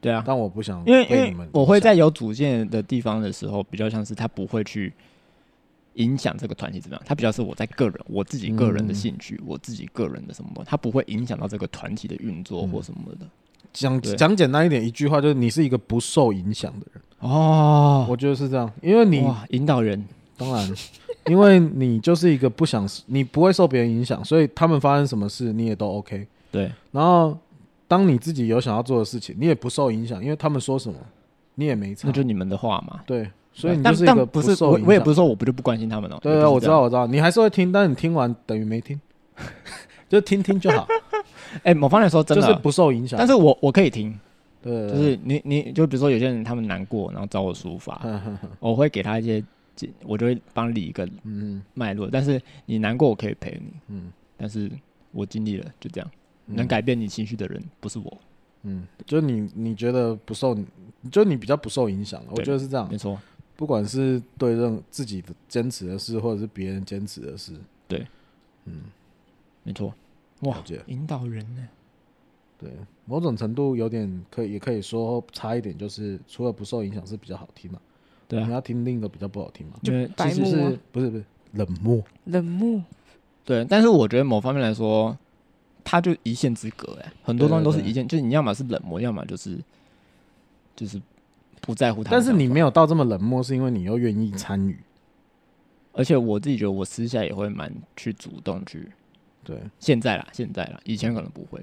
[SPEAKER 3] 对啊，
[SPEAKER 2] 但我不想
[SPEAKER 3] 因为因
[SPEAKER 2] 被你
[SPEAKER 3] 为
[SPEAKER 2] 们，
[SPEAKER 3] 我会在有主见的地方的时候，比较像是他不会去影响这个团体怎么样，他比较是我在个人我自己个人
[SPEAKER 2] 嗯
[SPEAKER 3] 的兴趣，我自己个人的什么，他不会影响到这个团体的运作或
[SPEAKER 2] 嗯
[SPEAKER 3] 什么的。
[SPEAKER 2] 讲
[SPEAKER 3] 对
[SPEAKER 2] 讲简单一点，一句话就是你是一个不受影响的人。
[SPEAKER 3] 哦，
[SPEAKER 2] 我觉得是这样，因为你
[SPEAKER 3] 哇，引导人，
[SPEAKER 2] 当然， 因为你就是一个不想，你不会受别人影响，所以他们发生什么事你也都 OK。
[SPEAKER 3] 对
[SPEAKER 2] 然后当你自己有想要做的事情，你也不受影响，因为他们说什么你也没差。
[SPEAKER 3] 那就你们的话嘛。
[SPEAKER 2] 对，所以你就
[SPEAKER 3] 但
[SPEAKER 2] 是一个
[SPEAKER 3] 但不是
[SPEAKER 2] 受
[SPEAKER 3] 我
[SPEAKER 2] 影，
[SPEAKER 3] 我也
[SPEAKER 2] 响
[SPEAKER 3] 不是说我不就不关心他们哦。
[SPEAKER 2] 对
[SPEAKER 3] 也
[SPEAKER 2] 对，
[SPEAKER 3] 不是
[SPEAKER 2] 我
[SPEAKER 3] 这
[SPEAKER 2] 知道
[SPEAKER 3] 样。
[SPEAKER 2] 我知道，你还是会听，但是你听完等于没听， 就听听就好，
[SPEAKER 3] 哎，某方面来 说真
[SPEAKER 2] 就是
[SPEAKER 3] 的，
[SPEAKER 2] 不受影响。
[SPEAKER 3] 但是我我可以听，
[SPEAKER 2] 啊对，
[SPEAKER 3] 就
[SPEAKER 2] 对 对
[SPEAKER 3] 是你你就比如说有些人他们难过，然后找我抒发，
[SPEAKER 2] 哼哼哼
[SPEAKER 3] 我会给他一些建，我就会帮理一个
[SPEAKER 2] 嗯
[SPEAKER 3] 脉络，但是你难过我可以陪你，
[SPEAKER 2] 嗯
[SPEAKER 3] 但是我经历了，就这样。
[SPEAKER 2] 嗯
[SPEAKER 3] 能改变你情绪的人不是我，
[SPEAKER 2] 嗯，就你你觉得不受，就你比较不受影响了，我
[SPEAKER 3] 对
[SPEAKER 2] 觉得是这样
[SPEAKER 3] 没。错，
[SPEAKER 2] 不管是对任自己的坚持的事，或者是别人坚持的事，
[SPEAKER 3] 对，
[SPEAKER 2] 嗯，
[SPEAKER 3] 没错。
[SPEAKER 2] 了
[SPEAKER 3] 哇，
[SPEAKER 2] 解。
[SPEAKER 3] 引导人呢、
[SPEAKER 2] 对，某种程度有点可以，也可以说差一点，就是除了不受影响是比较好听嘛、
[SPEAKER 3] 对
[SPEAKER 2] 你
[SPEAKER 3] 啊，
[SPEAKER 2] 要听另一个比较不好听嘛？
[SPEAKER 3] 因为
[SPEAKER 1] 白
[SPEAKER 3] 其实
[SPEAKER 1] 目啊
[SPEAKER 3] 是
[SPEAKER 2] 不是不是，冷漠。
[SPEAKER 1] 冷漠，
[SPEAKER 2] 嗯
[SPEAKER 3] 对，但是我觉得某方面来说，它就一线之隔哎、很多
[SPEAKER 2] 对
[SPEAKER 3] 东
[SPEAKER 2] 对
[SPEAKER 3] 西都是
[SPEAKER 2] 对
[SPEAKER 3] 一线，就是你要么是冷漠，要么就是就是不在乎他。
[SPEAKER 2] 但是你没
[SPEAKER 3] 有，
[SPEAKER 2] 有到这么冷漠，是因为你又愿意参与。
[SPEAKER 3] 而且我自己觉得我私下也会蛮去主动去，
[SPEAKER 2] 对，
[SPEAKER 3] 现在啦，现在啦，以前可能不会。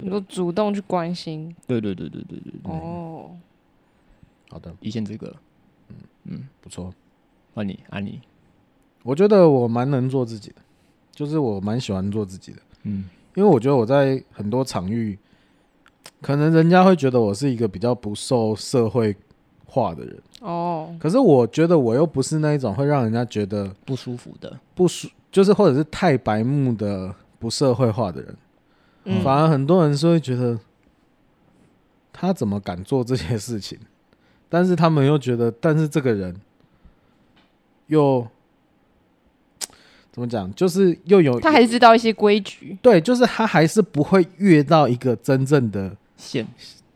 [SPEAKER 1] 你说主动去关心
[SPEAKER 3] 对对对对对对，
[SPEAKER 2] 嗯
[SPEAKER 3] 对
[SPEAKER 1] 哦，
[SPEAKER 2] 好的，
[SPEAKER 3] 一线之隔。嗯
[SPEAKER 2] 不错。
[SPEAKER 3] 换你，安妮，
[SPEAKER 2] 我觉得我蛮能做自己的，就是我蛮喜欢做自己的，
[SPEAKER 3] 嗯，
[SPEAKER 2] 因为我觉得我在很多场域，可能人家会觉得我是一个比较不受社会化的人，
[SPEAKER 1] 哦，
[SPEAKER 2] 可是我觉得我又不是那一种会让人家觉得
[SPEAKER 3] 不舒服的，
[SPEAKER 2] 不舒，就是或者是太白目的不社会化的人，
[SPEAKER 1] 嗯，
[SPEAKER 2] 反而很多人是会觉得他怎么敢做这些事情， 但是他们又觉得，但是这个人又怎么讲，就是又有
[SPEAKER 1] 他还知道一些规矩，
[SPEAKER 2] 对，就是他还是不会越到一个真正的
[SPEAKER 3] 线，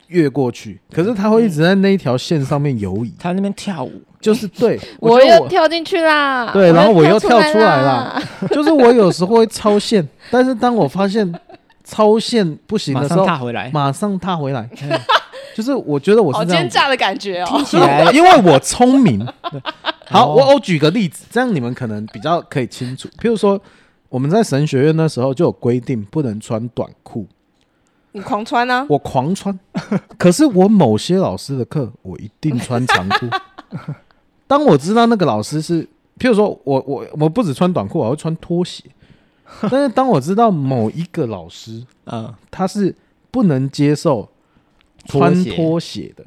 [SPEAKER 2] 越过去，可是他会一直在那一条线上面 游移，
[SPEAKER 3] 他那边跳舞，
[SPEAKER 2] 就是对
[SPEAKER 1] 我
[SPEAKER 2] 觉得
[SPEAKER 1] 又跳进去啦，
[SPEAKER 2] 对然后我又跳出来
[SPEAKER 1] 啦，
[SPEAKER 2] 就是我有时候会超线， 但是当我发现超线不行
[SPEAKER 3] 马
[SPEAKER 2] 的时
[SPEAKER 3] 上
[SPEAKER 2] 候，
[SPEAKER 3] 踏回来，嗯
[SPEAKER 2] 马上踏回来， 就是我觉得我
[SPEAKER 1] 好
[SPEAKER 2] 是这
[SPEAKER 1] 哦
[SPEAKER 2] 样
[SPEAKER 1] 奸
[SPEAKER 2] 子。
[SPEAKER 1] 诈的感觉哦，
[SPEAKER 3] 起来
[SPEAKER 2] 因为我聪 明。好，
[SPEAKER 3] 哦
[SPEAKER 2] 我我举个例子，这样你们可能比较可以清楚。譬如说，我们在神学院那时候就有规定不能穿短裤，
[SPEAKER 3] 嗯
[SPEAKER 1] 你狂穿啊，
[SPEAKER 2] 我狂穿。可是我某些老师的课，我一定穿长 裤。当我知道那个老师是，譬如说我我我不只穿短裤，我还会穿拖鞋。但是当我知道某一个老师
[SPEAKER 3] 嗯，
[SPEAKER 2] 他是不能接受穿
[SPEAKER 3] 拖鞋
[SPEAKER 2] 拖鞋的。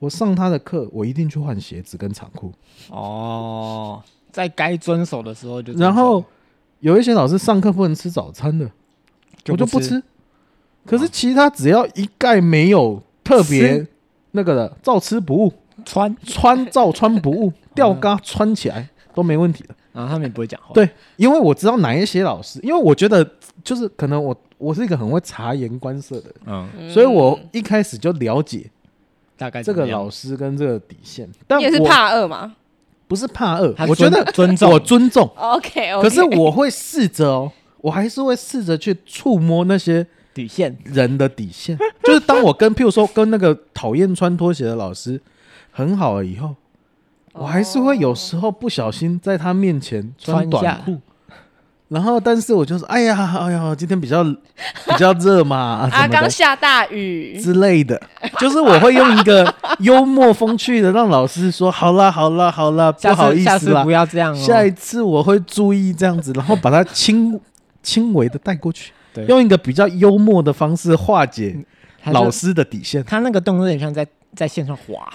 [SPEAKER 2] 我上他的课，我一定去换鞋子跟长裤。
[SPEAKER 3] 哦，在该遵守的时候就遵守，
[SPEAKER 2] 然后有一些老师上课不能吃早餐的，我就不吃。可是其他只要一概没有特别
[SPEAKER 3] 吃
[SPEAKER 2] 那个的，照吃不误，
[SPEAKER 3] 穿，
[SPEAKER 2] 穿照穿不 误，吊嘎穿起来都没问题的。
[SPEAKER 3] 然后他们也不会讲话，
[SPEAKER 2] 对，因为我知道哪一些老师，因为我觉得就是可能我我是一个很会察言观色的人，
[SPEAKER 3] 嗯，
[SPEAKER 2] 所以我一开始就了解
[SPEAKER 3] 大概
[SPEAKER 2] 这
[SPEAKER 3] 怎么
[SPEAKER 2] 个
[SPEAKER 3] 样
[SPEAKER 2] 老师跟这个底线，
[SPEAKER 1] 嗯
[SPEAKER 2] 但
[SPEAKER 1] 你也是
[SPEAKER 2] 我
[SPEAKER 1] 怕饿嘛
[SPEAKER 2] 不是怕恶
[SPEAKER 3] 他，
[SPEAKER 2] 我觉
[SPEAKER 3] 尊
[SPEAKER 2] 得
[SPEAKER 3] 尊重
[SPEAKER 2] 我尊重，
[SPEAKER 1] ？OK，
[SPEAKER 2] 可是我会试着哦，我还是会试着去触摸那些
[SPEAKER 3] 底线，
[SPEAKER 2] 人的底 线，就是当我跟譬如说跟那个讨厌穿拖鞋的老师很好了以后，
[SPEAKER 3] 哦
[SPEAKER 2] 我还是会有时候不小心在他面前
[SPEAKER 3] 穿
[SPEAKER 2] 穿
[SPEAKER 3] 一
[SPEAKER 2] 短
[SPEAKER 3] 下
[SPEAKER 2] 裤。然后，但是我就说，哎呀，哎呀，今天比较 比较热 嘛，啊
[SPEAKER 1] 啊，
[SPEAKER 2] 什么
[SPEAKER 1] 刚
[SPEAKER 2] 的
[SPEAKER 1] 下大雨，
[SPEAKER 2] 之类的，就是我会用一个幽默风趣的让老师说，好啦，好啦，好啦，不
[SPEAKER 3] 下
[SPEAKER 2] 好
[SPEAKER 3] 次
[SPEAKER 2] 意
[SPEAKER 3] 下
[SPEAKER 2] 思
[SPEAKER 3] 次
[SPEAKER 2] 啦
[SPEAKER 3] 不，要这样哦，
[SPEAKER 2] 下一次我会注意这样子，然后把它轻 轻微的带过去
[SPEAKER 3] 对，嗯
[SPEAKER 2] 用一个比较幽默的方式化解
[SPEAKER 3] 他就
[SPEAKER 2] 老师的底线，
[SPEAKER 3] 他那个动作有点像在在线上滑，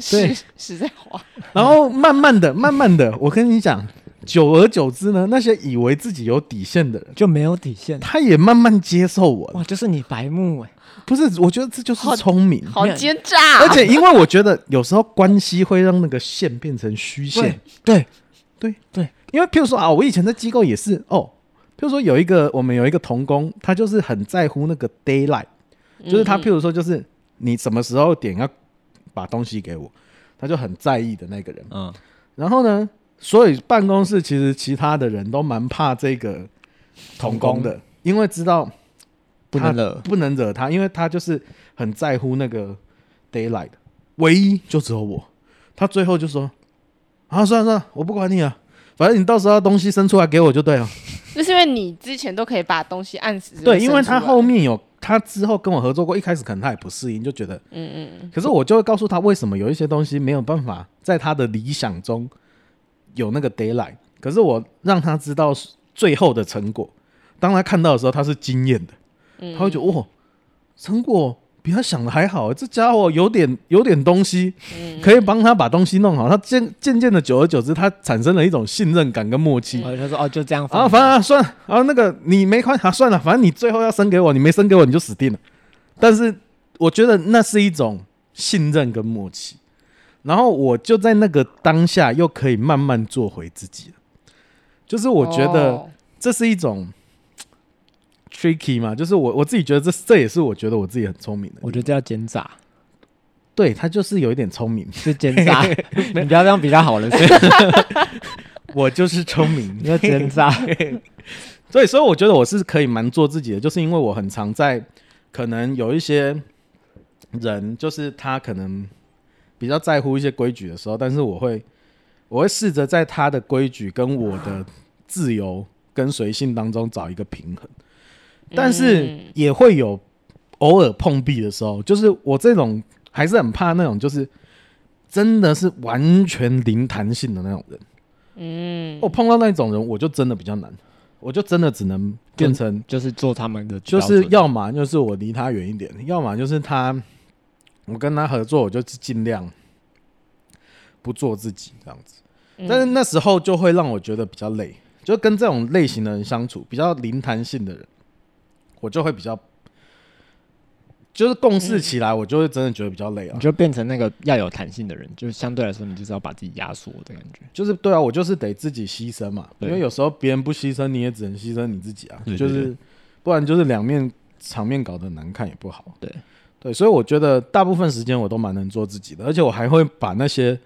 [SPEAKER 1] 是 实在话，
[SPEAKER 2] 然后慢慢的、慢慢的，我跟你讲，久而久之呢，那些以为自己有底线的人，
[SPEAKER 3] 就没有底线，
[SPEAKER 2] 他也慢慢接受我
[SPEAKER 3] 哇，
[SPEAKER 2] 了。
[SPEAKER 3] 就是你白目哎，
[SPEAKER 2] 不是，我觉得这就是
[SPEAKER 1] 好
[SPEAKER 2] 聪明，
[SPEAKER 1] 好
[SPEAKER 3] 没有
[SPEAKER 1] 奸诈，啊
[SPEAKER 2] 而且因为我觉得有时候关系会让那个线变成虚线，
[SPEAKER 3] 对
[SPEAKER 2] 对
[SPEAKER 3] 对，
[SPEAKER 2] 因为譬如说啊，我以前在机构也是哦，譬如说有一个我们有一个童工，他就是很在乎那个 d a y l i g h t
[SPEAKER 1] 嗯
[SPEAKER 2] 就是他，譬如说，就是你什么时候点要把东西给我，他就很在意的那个人。
[SPEAKER 3] 嗯，
[SPEAKER 2] 然后呢，所以办公室其实其他的人都蛮怕这个童工的，因为知道
[SPEAKER 3] 不能
[SPEAKER 2] 他
[SPEAKER 3] 惹，
[SPEAKER 2] 不能惹他，因为他就是很在乎那个 d a y l i g h t 唯一就只有我。他最后就说：“啊，算了算了，我不管你了，反正你到时候东西生出来给我就对了。”
[SPEAKER 1] 就是因为你之前都可以把东西按死，
[SPEAKER 2] 对，因为他后，面有他之后跟我合作过，一开始可能他也不适应，就觉得嗯嗯，可是我就会告诉他为什么有一些东西没有办法在他的理想中有那个 d a y l i g h t 可是我让他知道最后的成果，当他看到的时候，他是惊艳的，
[SPEAKER 1] 嗯
[SPEAKER 2] 他会觉得哦哇，成果比他想的还好，哎这家伙有点有点东西，可以帮他把东西弄好。他渐渐渐的，久而久之，他产生了一种信任感跟默契。
[SPEAKER 3] 然后他说哦就这样
[SPEAKER 2] 啊，
[SPEAKER 3] 放，
[SPEAKER 2] 反正、啊、算了，啊，那个你没关啊，算了，反正你最后要生给我，你没生给我你就死定了。但是我觉得那是一种信任跟默契，然后我就在那个当下又可以慢慢做回自己了。就是我觉得
[SPEAKER 1] 哦
[SPEAKER 2] 这是一种 tricky 嘛，就是我我自己觉得这这也是我觉得我自己很聪明的地方。
[SPEAKER 3] 我觉得这叫奸诈，
[SPEAKER 2] 对他就是有一点聪明，
[SPEAKER 3] 是奸 诈，你不要这样比他好了， 是
[SPEAKER 2] 我就是聪明
[SPEAKER 3] 你要奸诈，
[SPEAKER 2] 所以，所以我觉得我是可以蛮做自己的，就是因为我很常在可能有一些人，就是他可能比较在乎一些规矩的时候，但是我会我会试着在他的规矩跟我的自由跟随性当中找一个平衡，但是
[SPEAKER 1] 嗯
[SPEAKER 2] 也会有偶尔碰壁的时候，就是我这种还是很怕那种就是真的是完全零弹性的那种人。
[SPEAKER 1] 嗯，
[SPEAKER 2] 我哦碰到那种人，我就真的比较难，我就真的只能变成
[SPEAKER 3] 就是做他们的
[SPEAKER 2] 就
[SPEAKER 3] 标准，
[SPEAKER 2] 是要么就是我离他远一点，要么就是他，我跟他合作，我就尽量不做自己这样子。
[SPEAKER 1] 嗯
[SPEAKER 2] 但是那时候就会让我觉得比较累，就跟这种类型的人相处，比较零弹性的人，我就会比较，就是共事起来，我就会真的觉得比较累啊
[SPEAKER 3] 你。就变成那个要有弹性的人，就是相对来说，你就是要把自己压缩的感觉。
[SPEAKER 2] 就是对啊，我就是得自己牺牲嘛，因
[SPEAKER 3] 对
[SPEAKER 2] 为有时候别人不牺牲，你也只能牺牲你自己啊，
[SPEAKER 3] 对对
[SPEAKER 2] 就是不然就是两面场面搞得难看也不好。
[SPEAKER 3] 对
[SPEAKER 2] 对，所以我觉得大部分时间我都蛮能做自己的，而且我还会把那些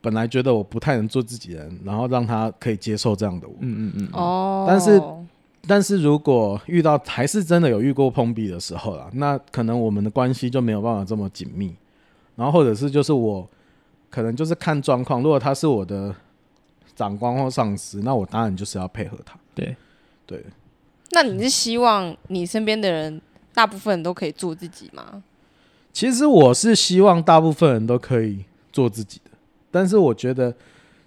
[SPEAKER 2] 本来觉得我不太能做自己的人，然后让他可以接受这样的我。
[SPEAKER 3] 嗯嗯嗯，
[SPEAKER 1] 哦，
[SPEAKER 2] 但是但是如果遇到还是真的有遇过碰壁的时候啦，那可能我们的关系就没有办法这么紧密，然后或者是就是我可能就是看状况，如果他是我的长官或上司，那我当然就是要配合他。
[SPEAKER 3] 对，
[SPEAKER 2] 对，
[SPEAKER 1] 那你是希望你身边的人大部分都可以做自己吗？
[SPEAKER 2] 其实我是希望大部分人都可以做自己的，但是我觉得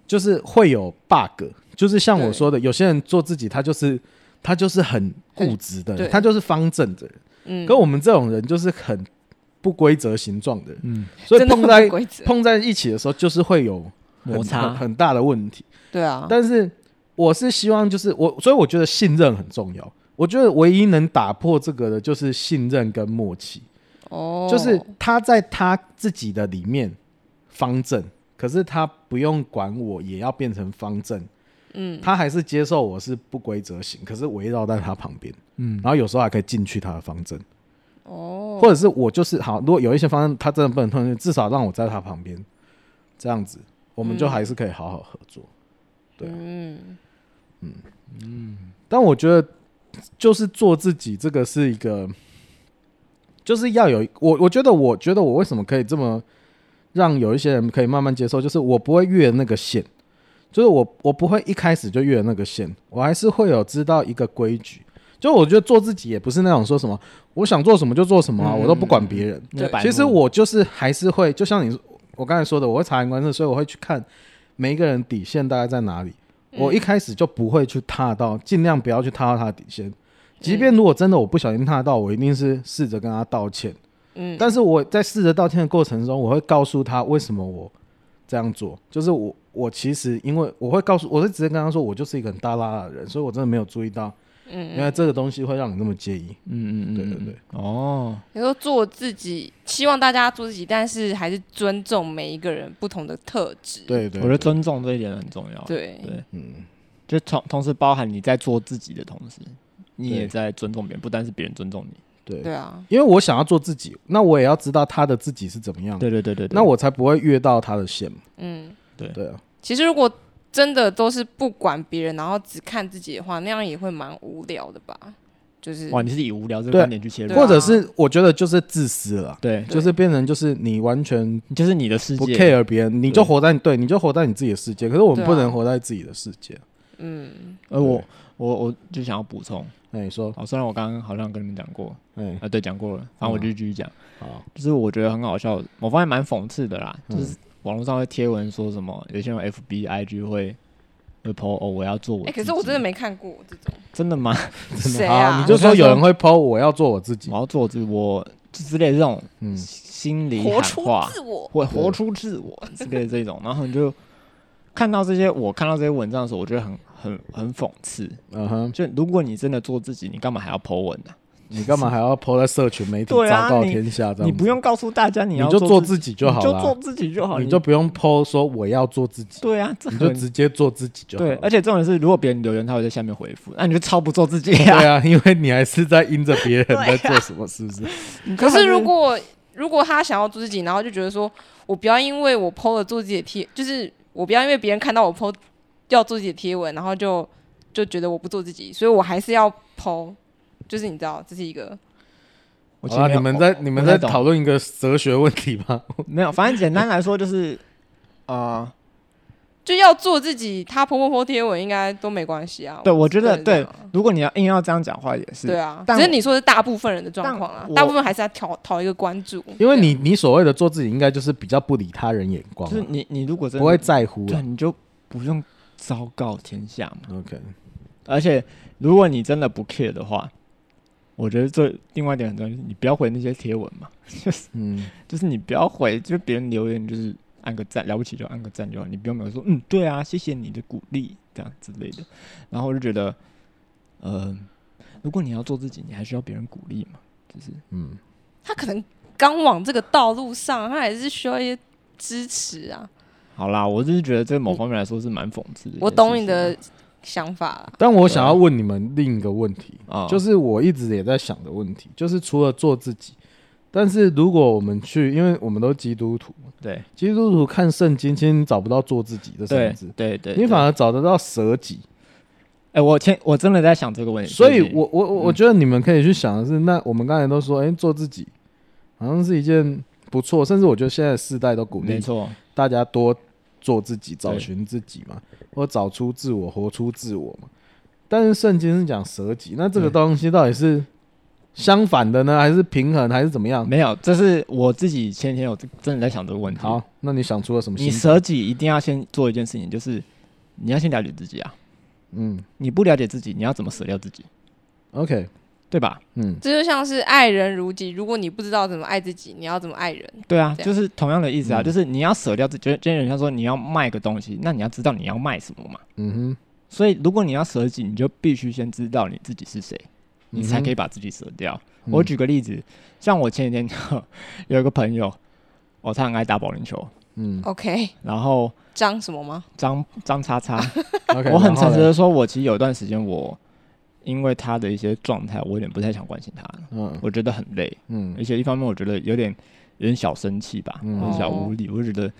[SPEAKER 2] 就是会有 bug，就是像我说的，有些人做自己，他就是他就是很固执的人
[SPEAKER 1] 对，
[SPEAKER 2] 他就是方正的人。
[SPEAKER 1] 嗯，
[SPEAKER 2] 跟我们这种人就是很不规则形状的人，
[SPEAKER 3] 嗯，
[SPEAKER 2] 所以
[SPEAKER 1] 真的
[SPEAKER 2] 碰
[SPEAKER 1] 很
[SPEAKER 2] 在
[SPEAKER 1] 不规则
[SPEAKER 2] 碰在一起的时候，就是会有很
[SPEAKER 3] 摩擦
[SPEAKER 2] 很很大的问题。
[SPEAKER 1] 对啊，
[SPEAKER 2] 但是我是希望，就是我，所以我觉得信任很重要。我觉得唯一能打破这个的就是信任跟默契，
[SPEAKER 1] 哦，
[SPEAKER 2] 就是他在他自己的里面方正，可是他不用管我，也要变成方正。
[SPEAKER 1] 嗯，
[SPEAKER 2] 他还是接受我是不规则型，可是围绕在他旁边，
[SPEAKER 3] 嗯，
[SPEAKER 2] 然后有时候还可以进去他的方正。
[SPEAKER 1] 哦，
[SPEAKER 2] 或者是我就是好，如果有一些方案他真的不能通，至少让我在他旁边，这样子我们就还是可以好好合作。对啊
[SPEAKER 1] 嗯，
[SPEAKER 2] 但我觉得就是做自己，这个是一个，就是要有我，我觉得我觉得我为什么可以这么让有一些人可以慢慢接受，就是我不会越那个线，就是我我不会一开始就越那个线，我还是会有知道一个规矩。就我觉得做自己也不是那种说什么我想做什么就做什么啊、
[SPEAKER 3] 嗯
[SPEAKER 2] 我都不管别人。
[SPEAKER 3] 那白目
[SPEAKER 2] 其实我就是还是会，就像你我刚才说的，我会察言观色，所以我会去看每一个人底线大概在哪里。
[SPEAKER 3] 嗯
[SPEAKER 2] 我一开始就不会去踏到，尽量不要去踏到他的底
[SPEAKER 3] 嗯
[SPEAKER 2] 线。即便如果真的我不小心踏到，我一定是试着跟他道歉。
[SPEAKER 1] 嗯，
[SPEAKER 2] 但是我在试着道歉的过程中，我会告诉他为什么我这样做，就是我我其实因为我会告诉，我会直接跟他说，我就是一个很大拉拉的人，所以我真的没有注意到，
[SPEAKER 1] 嗯
[SPEAKER 2] 原来这个东西会让你那么介意。
[SPEAKER 3] 嗯嗯嗯，
[SPEAKER 2] 对对对，
[SPEAKER 3] 哦，
[SPEAKER 1] 你说做自己，希望大家做自己，但是还是尊重每一个人不同的特质。
[SPEAKER 2] 对对，
[SPEAKER 3] 我觉
[SPEAKER 2] 对
[SPEAKER 3] 得尊重这一点很重要，
[SPEAKER 1] 对
[SPEAKER 3] 对，
[SPEAKER 2] 嗯，
[SPEAKER 3] 就同同时包含你在做自己的同时，你
[SPEAKER 2] 对
[SPEAKER 3] 也在尊重别人，不单是别人尊重你，
[SPEAKER 2] 对
[SPEAKER 1] 对，啊，
[SPEAKER 2] 因为我想要做自己，那我也要知道他的自己是怎么样的，
[SPEAKER 3] 对对对对对，
[SPEAKER 2] 那我才不会越到他的线嘛。
[SPEAKER 1] 嗯，
[SPEAKER 2] 对啊，
[SPEAKER 1] 其实如果真的都是不管别人，然后只看自己的话，那样也会蛮无聊的吧？就是
[SPEAKER 3] 哇，你是以无聊这个
[SPEAKER 2] 对
[SPEAKER 3] 观点去切入
[SPEAKER 1] 对啊
[SPEAKER 2] 或，者是我觉得就是自私了啊，
[SPEAKER 3] 对，
[SPEAKER 2] 就是变成就是你完全
[SPEAKER 3] 你就是你的世
[SPEAKER 2] 不
[SPEAKER 3] 界，
[SPEAKER 2] care 别人，你就活在对，你就活在你自己的世界。可是我们
[SPEAKER 1] 对啊
[SPEAKER 2] 不能活在自己的世界。
[SPEAKER 1] 嗯，
[SPEAKER 3] 而呃我
[SPEAKER 2] 对
[SPEAKER 3] 我我就想要补充，
[SPEAKER 2] 那你说，
[SPEAKER 3] 哦，虽然我刚刚好像跟你们讲过，
[SPEAKER 2] 哎，
[SPEAKER 3] 啊，对，讲过了，反正我就继续讲。
[SPEAKER 2] 好，
[SPEAKER 3] 就是我觉得很好笑，我发现蛮讽刺的啦，
[SPEAKER 2] 嗯
[SPEAKER 3] 就是网络上会贴文说什么，有些人 FB、IG 会会 po 哦，我要做我
[SPEAKER 1] 哎、
[SPEAKER 3] 自己。
[SPEAKER 1] 可是我真的没看过这种
[SPEAKER 3] 真的吗？
[SPEAKER 1] 谁
[SPEAKER 2] 好
[SPEAKER 1] 啊？
[SPEAKER 2] 你就说有人会 PO 我要做我自己
[SPEAKER 3] 我，要做我自己，我就之类的这种
[SPEAKER 2] 嗯，
[SPEAKER 3] 心理
[SPEAKER 1] 活
[SPEAKER 3] 喊
[SPEAKER 1] 出
[SPEAKER 3] 话，
[SPEAKER 1] 自我，
[SPEAKER 3] 会活出自我之类的这种，然后你就看到这些，我看到这些文章的时候，我觉得很很很讽刺。
[SPEAKER 2] 嗯哼，
[SPEAKER 3] 就如果你真的做自己，你干嘛还要 po 文呢、啊
[SPEAKER 2] 你干嘛还要 PO 在社群媒体
[SPEAKER 3] 对啊
[SPEAKER 2] 昭告
[SPEAKER 3] 你
[SPEAKER 2] 天下这样子？
[SPEAKER 3] 你不用告诉大家你
[SPEAKER 2] 你
[SPEAKER 3] 要
[SPEAKER 2] 就做
[SPEAKER 3] 自
[SPEAKER 2] 自己就好
[SPEAKER 3] 你就做
[SPEAKER 2] 了，
[SPEAKER 3] 自己就好，
[SPEAKER 2] 你就不用 PO 说我要做自己，
[SPEAKER 3] 对啊，这
[SPEAKER 2] 你就
[SPEAKER 3] 很
[SPEAKER 2] 直接做自己就好
[SPEAKER 3] 对，而
[SPEAKER 2] 了。
[SPEAKER 3] 且重点是，如果别人留言，他会在下面回复，那你就超不做自己
[SPEAKER 2] 对
[SPEAKER 3] 啊！
[SPEAKER 2] 啊，因为你还是在因着别人在做什么，是不是？
[SPEAKER 1] 可是如果如果他想要做自己，然后就觉得说我不要因为我 PO 了做自己的贴，就是我不要因为别人看到我 PO 要做自己的贴文，然后就就觉得我不做自己，所以我还是要 PO，就是你知道这是一个
[SPEAKER 3] 我啊其
[SPEAKER 2] 好
[SPEAKER 3] 实
[SPEAKER 2] 啦
[SPEAKER 3] 没有
[SPEAKER 2] 你们在
[SPEAKER 3] 我
[SPEAKER 2] 你们
[SPEAKER 3] 我不
[SPEAKER 2] 在
[SPEAKER 3] 太懂
[SPEAKER 2] 讨论一个哲学问题吗？
[SPEAKER 3] 没有，反正简单来说就是，啊，
[SPEAKER 1] 就要做自己，他 PO PO PO 贴文应该都没关系啊。
[SPEAKER 3] 对我觉得
[SPEAKER 1] 真的这样
[SPEAKER 3] 对
[SPEAKER 1] 啊，
[SPEAKER 3] 如果你要硬要这样讲话也是，
[SPEAKER 1] 对啊，
[SPEAKER 3] 但
[SPEAKER 1] 只是
[SPEAKER 3] 我
[SPEAKER 1] 你说是大部分人的状况啊
[SPEAKER 3] 但，我
[SPEAKER 1] 大部分还是要讨讨一个关注，
[SPEAKER 2] 因 为你你所谓的做自己，应该就是比较不理他人眼光啊，
[SPEAKER 3] 就是你你如果真的
[SPEAKER 2] 不会在乎啊。
[SPEAKER 3] 对，你就不用昭告天下嘛。
[SPEAKER 2] OK，
[SPEAKER 3] 而且如果你真的不 care 的话，我觉得最另外一点很重要，就是你不要回那些贴文嘛，就是
[SPEAKER 2] 嗯，
[SPEAKER 3] 就是你不要回，就是别人留言就是按个赞，了不起就按个赞就好，你不用没有说嗯对啊，谢谢你的鼓励这样之类的。然后我就觉得，呃，如果你要做自己，你还需要别人鼓励嘛，就是
[SPEAKER 2] 嗯，
[SPEAKER 1] 他可能刚往这个道路上，他还是需要一些支持啊。
[SPEAKER 3] 好啦，我就是觉得这某方面来说是蛮讽刺的一件事情啊。
[SPEAKER 1] 我懂你的想法啊啦，
[SPEAKER 2] 但我想要问你们另一个问题，
[SPEAKER 3] 啊，
[SPEAKER 2] 就是是我一直也在想的问题，就是除了做自己，但是如果我们去，因为我们都基督徒，
[SPEAKER 3] 对
[SPEAKER 2] 基督徒看圣经，其实你找不到做自己这三
[SPEAKER 3] 对
[SPEAKER 2] 个字，
[SPEAKER 3] 对对，
[SPEAKER 2] 你反
[SPEAKER 3] 而
[SPEAKER 2] 而找得到舍己。
[SPEAKER 3] 哎，我前我真的在想这个问题，
[SPEAKER 2] 所以
[SPEAKER 3] 对不起
[SPEAKER 2] 我我我我
[SPEAKER 3] 嗯
[SPEAKER 2] 觉得你们可以去想的是，那我们刚才都说，哎、做自己好像是一件不错，甚至我觉得现在的世代都鼓
[SPEAKER 3] 没
[SPEAKER 2] 励
[SPEAKER 3] 错，
[SPEAKER 2] 大家多做自己，找
[SPEAKER 3] 对
[SPEAKER 2] 寻自己嘛，或找出自我，活出自我嘛。但是圣经是讲舍己，那这个
[SPEAKER 3] 对
[SPEAKER 2] 东西到底是相反的呢，还是平衡，还是怎么样？
[SPEAKER 3] 没有，这是我自己前几天有真的在想这个问题。
[SPEAKER 2] 好，，那你想出了什么
[SPEAKER 3] 你
[SPEAKER 2] 新？
[SPEAKER 3] 舍己一定要先做一件事情，就是你要先了解自己啊。
[SPEAKER 2] 嗯
[SPEAKER 3] 你不了解自己，你要怎么舍掉自己，
[SPEAKER 2] ，OK，
[SPEAKER 3] 对吧？
[SPEAKER 2] 嗯，
[SPEAKER 1] 这就像是爱人如己。如果你不知道怎么爱自己，你要怎么爱人？
[SPEAKER 3] 对啊，
[SPEAKER 1] 这样
[SPEAKER 3] 就是同样的意思啊，
[SPEAKER 2] 嗯
[SPEAKER 3] 就是你要舍掉自己。就是今天人家说你要卖个东西，那你要知道你要卖什么嘛。
[SPEAKER 2] 嗯哼，
[SPEAKER 3] 所以如果你要舍己，你就必须先知道你自己是谁，你才可以把自己舍掉。
[SPEAKER 2] 嗯嗯哼。
[SPEAKER 3] 我举个例子，像我前几天有一个朋友，哦，他很爱打保龄球，
[SPEAKER 2] 嗯
[SPEAKER 1] OK，
[SPEAKER 3] 然后
[SPEAKER 1] 张什么吗？
[SPEAKER 3] 张张叉叉。
[SPEAKER 2] ，OK，
[SPEAKER 3] 我很
[SPEAKER 2] 然后
[SPEAKER 3] 诚实
[SPEAKER 2] 嘞
[SPEAKER 3] 的说，我其实有一段时间我因为他的一些状态，我有点不太想关心他了，
[SPEAKER 2] 嗯
[SPEAKER 3] 我觉得很累，而
[SPEAKER 2] 嗯
[SPEAKER 3] 且一方面我觉得有点有点小生气吧，
[SPEAKER 2] 嗯
[SPEAKER 3] 有点小无力，我就觉得，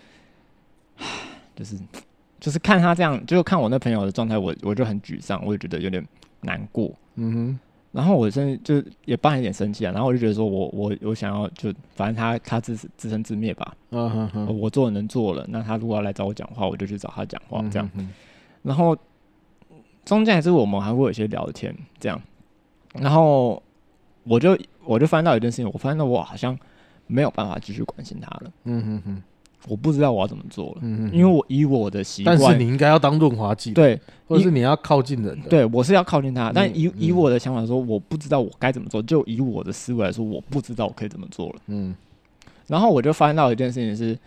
[SPEAKER 3] 唉就是就是看他这样，就看我那朋友的状态，我我就很沮丧，我也觉得有点难过。
[SPEAKER 2] 嗯哼，
[SPEAKER 3] 然后我甚至就也半有点生气啊，然后我就觉得说我我我想要就反正他他自自生自灭吧，
[SPEAKER 2] 嗯哼
[SPEAKER 3] 呃
[SPEAKER 2] 哼，
[SPEAKER 3] 我做能做了，那他如果要来找我讲话，我就去找他讲话
[SPEAKER 2] 嗯
[SPEAKER 3] 这样。
[SPEAKER 2] 哼哼
[SPEAKER 3] 然后中间还是我们还会有一些聊天这样，然后我就我就翻到一件事情，我发现我好像没有办法继续关心他了，
[SPEAKER 2] 嗯哼哼，
[SPEAKER 3] 我不知道我要怎么做了，
[SPEAKER 2] 嗯哼，
[SPEAKER 3] 因为我以我的习
[SPEAKER 2] 但是
[SPEAKER 3] 惯，
[SPEAKER 2] 你应该要当润滑剂，，
[SPEAKER 3] 对
[SPEAKER 2] 或者是你要靠近人的，
[SPEAKER 3] 对，我是要靠近他，但
[SPEAKER 2] 嗯
[SPEAKER 3] 以以
[SPEAKER 2] 嗯
[SPEAKER 3] 我的想法说，我不知道我该怎么做，就以我的思维来说，我不知道我可以怎么做了。
[SPEAKER 2] 嗯
[SPEAKER 3] 然后我就翻到一件事情是，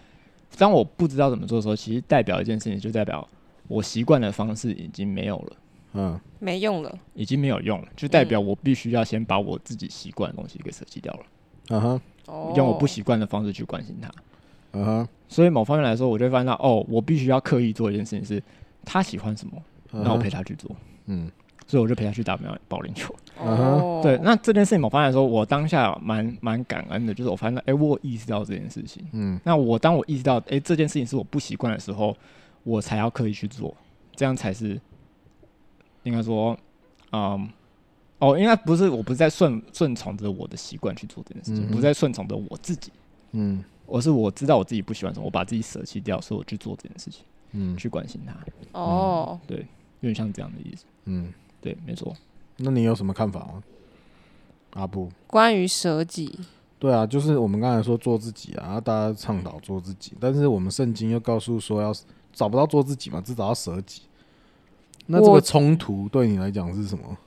[SPEAKER 3] 当我不知道怎么做的时候，其实代表一件事情，就代表我习惯的方式已经没有了。
[SPEAKER 2] 嗯
[SPEAKER 1] 没用了。
[SPEAKER 3] 已经没有用了，就
[SPEAKER 1] 嗯
[SPEAKER 3] 代表我必须要先把我自己习惯的东西给舍弃掉了，
[SPEAKER 2] 嗯哼
[SPEAKER 1] 哦，
[SPEAKER 3] 用我不习惯的方式去关心他。
[SPEAKER 2] 嗯哼，
[SPEAKER 3] 所以某方面来说，我就会发现到，哦，我必须要刻意做一件事情是，他喜欢什么，那我陪
[SPEAKER 2] 他，
[SPEAKER 3] 他去做。
[SPEAKER 2] 嗯
[SPEAKER 3] 所以我就陪他去打保保龄球。
[SPEAKER 2] 嗯哼
[SPEAKER 1] 哦，
[SPEAKER 3] 对，那这件事情某方面来说，我当下蛮蛮感恩的，就是我发现到，哎、我有意识到这件事情。
[SPEAKER 2] 嗯
[SPEAKER 3] 那我当我意识到，哎、这件事情是我不习惯的时候，我才要刻意去做，这样才是应该说，嗯，哦，应该不是，我不是在顺顺从着我的习惯去做这件事情，
[SPEAKER 2] 嗯哼
[SPEAKER 3] 不是在顺从着我自己，
[SPEAKER 2] 嗯
[SPEAKER 3] 而是我知道我自己不喜欢什么，我把自己舍弃掉，所以我去做这件事情，
[SPEAKER 2] 嗯
[SPEAKER 3] 去关心他，
[SPEAKER 1] 哦，
[SPEAKER 3] 有点像这样的意思。
[SPEAKER 2] 嗯，
[SPEAKER 3] 对，没错，
[SPEAKER 2] 那你有什么看法吗？阿布，
[SPEAKER 1] 关于舍己，
[SPEAKER 2] 对啊，就是我们刚才说做自己啊，大家倡导做自己，但是我们圣经又告诉说要找不到做自己嘛，至少要舍己。那这
[SPEAKER 1] 我
[SPEAKER 2] 个冲突对你来讲是什么？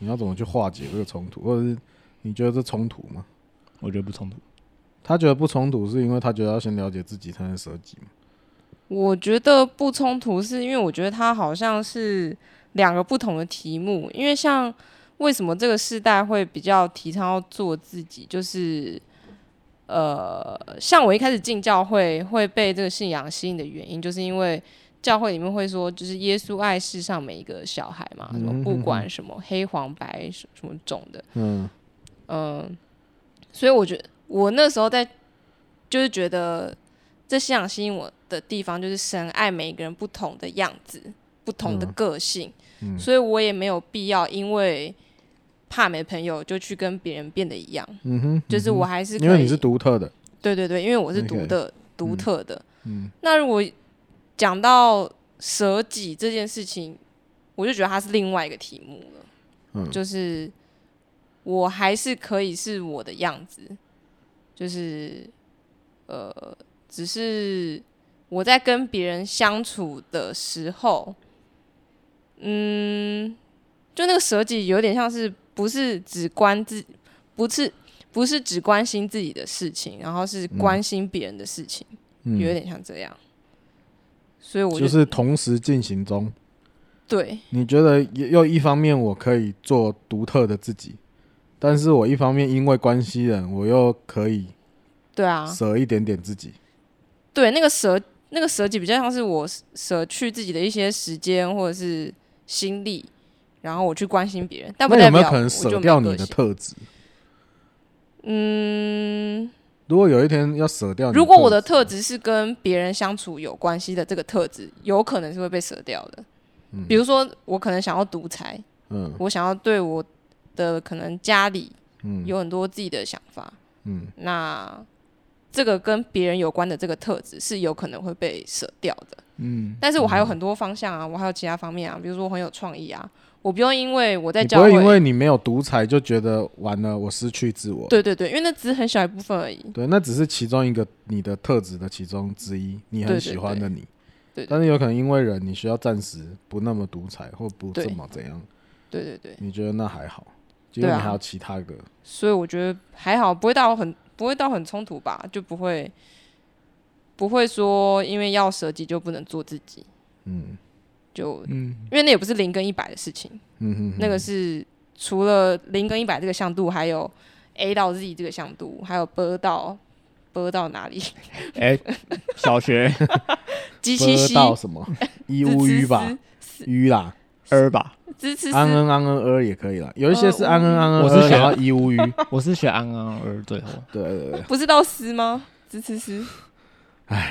[SPEAKER 2] 你要怎么去化解这个冲突，或者是你觉得这冲突吗？
[SPEAKER 3] 我觉得不冲突。
[SPEAKER 2] 他觉得不冲突，是因为他觉得要先了解自己才能舍己嘛。
[SPEAKER 1] 我觉得不冲突，是因为我觉得它好像是两个不同的题目。因为像为什么这个世代会比较提倡要做自己，就是呃，像我一开始进教会会被这个信仰吸引的原因，就是因为教会里面会说，就是耶稣爱世上每一个小孩嘛，什么
[SPEAKER 2] 嗯
[SPEAKER 1] 不
[SPEAKER 2] 哼哼
[SPEAKER 1] 管什么黑黄白什什么种的，
[SPEAKER 2] 嗯
[SPEAKER 1] 嗯，所以我觉得我那时候在就是觉得这信仰吸引我的地方，就是神爱每一个人不同的样子、不同的
[SPEAKER 2] 嗯
[SPEAKER 1] 个性，
[SPEAKER 2] 嗯
[SPEAKER 1] 所以我也没有必要因为怕没朋友就去跟别人变得一样，
[SPEAKER 2] 嗯哼，
[SPEAKER 1] 就是
[SPEAKER 2] 嗯
[SPEAKER 1] 我还是
[SPEAKER 2] 哼，
[SPEAKER 1] 可以
[SPEAKER 2] 因为你是独特的，
[SPEAKER 1] 对对对，因为我是独
[SPEAKER 2] OK
[SPEAKER 1] 的、独特的。
[SPEAKER 2] 嗯
[SPEAKER 1] 那如果讲到舍己这件事情，我就觉得它是另外一个题目了，
[SPEAKER 2] 嗯，
[SPEAKER 1] 就是呃我还是可以是我的样子，就是呃，只是我在跟别人相处的时候，嗯，就那个舍己有点像是不是只关自，不是不是只关心自己的事情，然后是关心别人的事情。
[SPEAKER 2] 嗯
[SPEAKER 1] 有点像这样，所以我就
[SPEAKER 2] 就是同时进行中。
[SPEAKER 1] 对
[SPEAKER 2] 你觉得也又一方面我可以做独特的自己，但是我一方面因为关系人，我又可以
[SPEAKER 1] 对啊，
[SPEAKER 2] 舍一点点自己。
[SPEAKER 1] 对那个舍那个舍己比较像是我舍去自己的一些时间或者是心力，然后我去关心别人，但不
[SPEAKER 2] 那
[SPEAKER 1] 代
[SPEAKER 2] 有没有
[SPEAKER 1] 表
[SPEAKER 2] 可能
[SPEAKER 1] 我就
[SPEAKER 2] 舍
[SPEAKER 1] 没有
[SPEAKER 2] 掉
[SPEAKER 1] 个
[SPEAKER 2] 你的
[SPEAKER 1] 性
[SPEAKER 2] 特质？
[SPEAKER 1] 嗯，
[SPEAKER 2] 如果有一天要舍掉你，
[SPEAKER 1] 如果我的特，质是跟别人相处有关系的这个特质，有可能是会被舍掉的。
[SPEAKER 2] 嗯
[SPEAKER 1] 比如说，我可能想要独裁，
[SPEAKER 2] 嗯
[SPEAKER 1] 我想要对我的可能家里
[SPEAKER 2] 嗯
[SPEAKER 1] 有很多自己的想法，
[SPEAKER 2] 嗯
[SPEAKER 1] 那这个跟别人有关的这个特质是有可能会被舍掉的。
[SPEAKER 3] 嗯，
[SPEAKER 1] 但是我还有很多方向啊，我还有其他方面啊，比如说我很有创意啊，我不用因为我在
[SPEAKER 2] 你
[SPEAKER 1] 教
[SPEAKER 2] 不
[SPEAKER 1] 会，
[SPEAKER 2] 会因为你没有独裁就觉得完了，我失去自我。
[SPEAKER 1] 对对对，因为那只是很小一部分而已。
[SPEAKER 2] 对那只是其中一个你的特质的其中之一，你
[SPEAKER 1] 对对
[SPEAKER 2] 很喜欢的你。
[SPEAKER 1] 对对
[SPEAKER 2] 但是有可能因为人，你需要暂时不那么独裁或不
[SPEAKER 1] 对
[SPEAKER 2] 这么怎样，
[SPEAKER 1] 对对对，
[SPEAKER 2] 你觉得那还好，因
[SPEAKER 1] 对
[SPEAKER 2] 为
[SPEAKER 1] 啊
[SPEAKER 2] 你还有其他个。
[SPEAKER 1] 所以我觉得还好，不会到很不会到很冲突吧，就不会不会说因为要舍己就不能做自己，
[SPEAKER 2] 嗯
[SPEAKER 1] 就
[SPEAKER 3] 嗯，
[SPEAKER 1] 因为那也不是零跟一百的事情，
[SPEAKER 2] 嗯哼哼，
[SPEAKER 1] 那个是除了零跟一百这个向度，还有 A 到 Z 这个向度，还有波到波到哪里？
[SPEAKER 3] 哎，小 学
[SPEAKER 1] 鸡七
[SPEAKER 2] 得
[SPEAKER 1] 西
[SPEAKER 2] 到什么一乌鱼吧，鱼啦，
[SPEAKER 3] 二吧，
[SPEAKER 1] 支持
[SPEAKER 2] 安
[SPEAKER 1] 思
[SPEAKER 2] 恩安恩呃也可以啦，有一些是
[SPEAKER 1] 呃
[SPEAKER 2] 安恩安恩
[SPEAKER 3] 乌鱼
[SPEAKER 2] 呃
[SPEAKER 3] 我是
[SPEAKER 2] 然后
[SPEAKER 3] 想
[SPEAKER 2] 一 乌鱼，
[SPEAKER 3] 我是学安安二最后，
[SPEAKER 2] 对 对对，
[SPEAKER 1] 不是到思吗？支持 思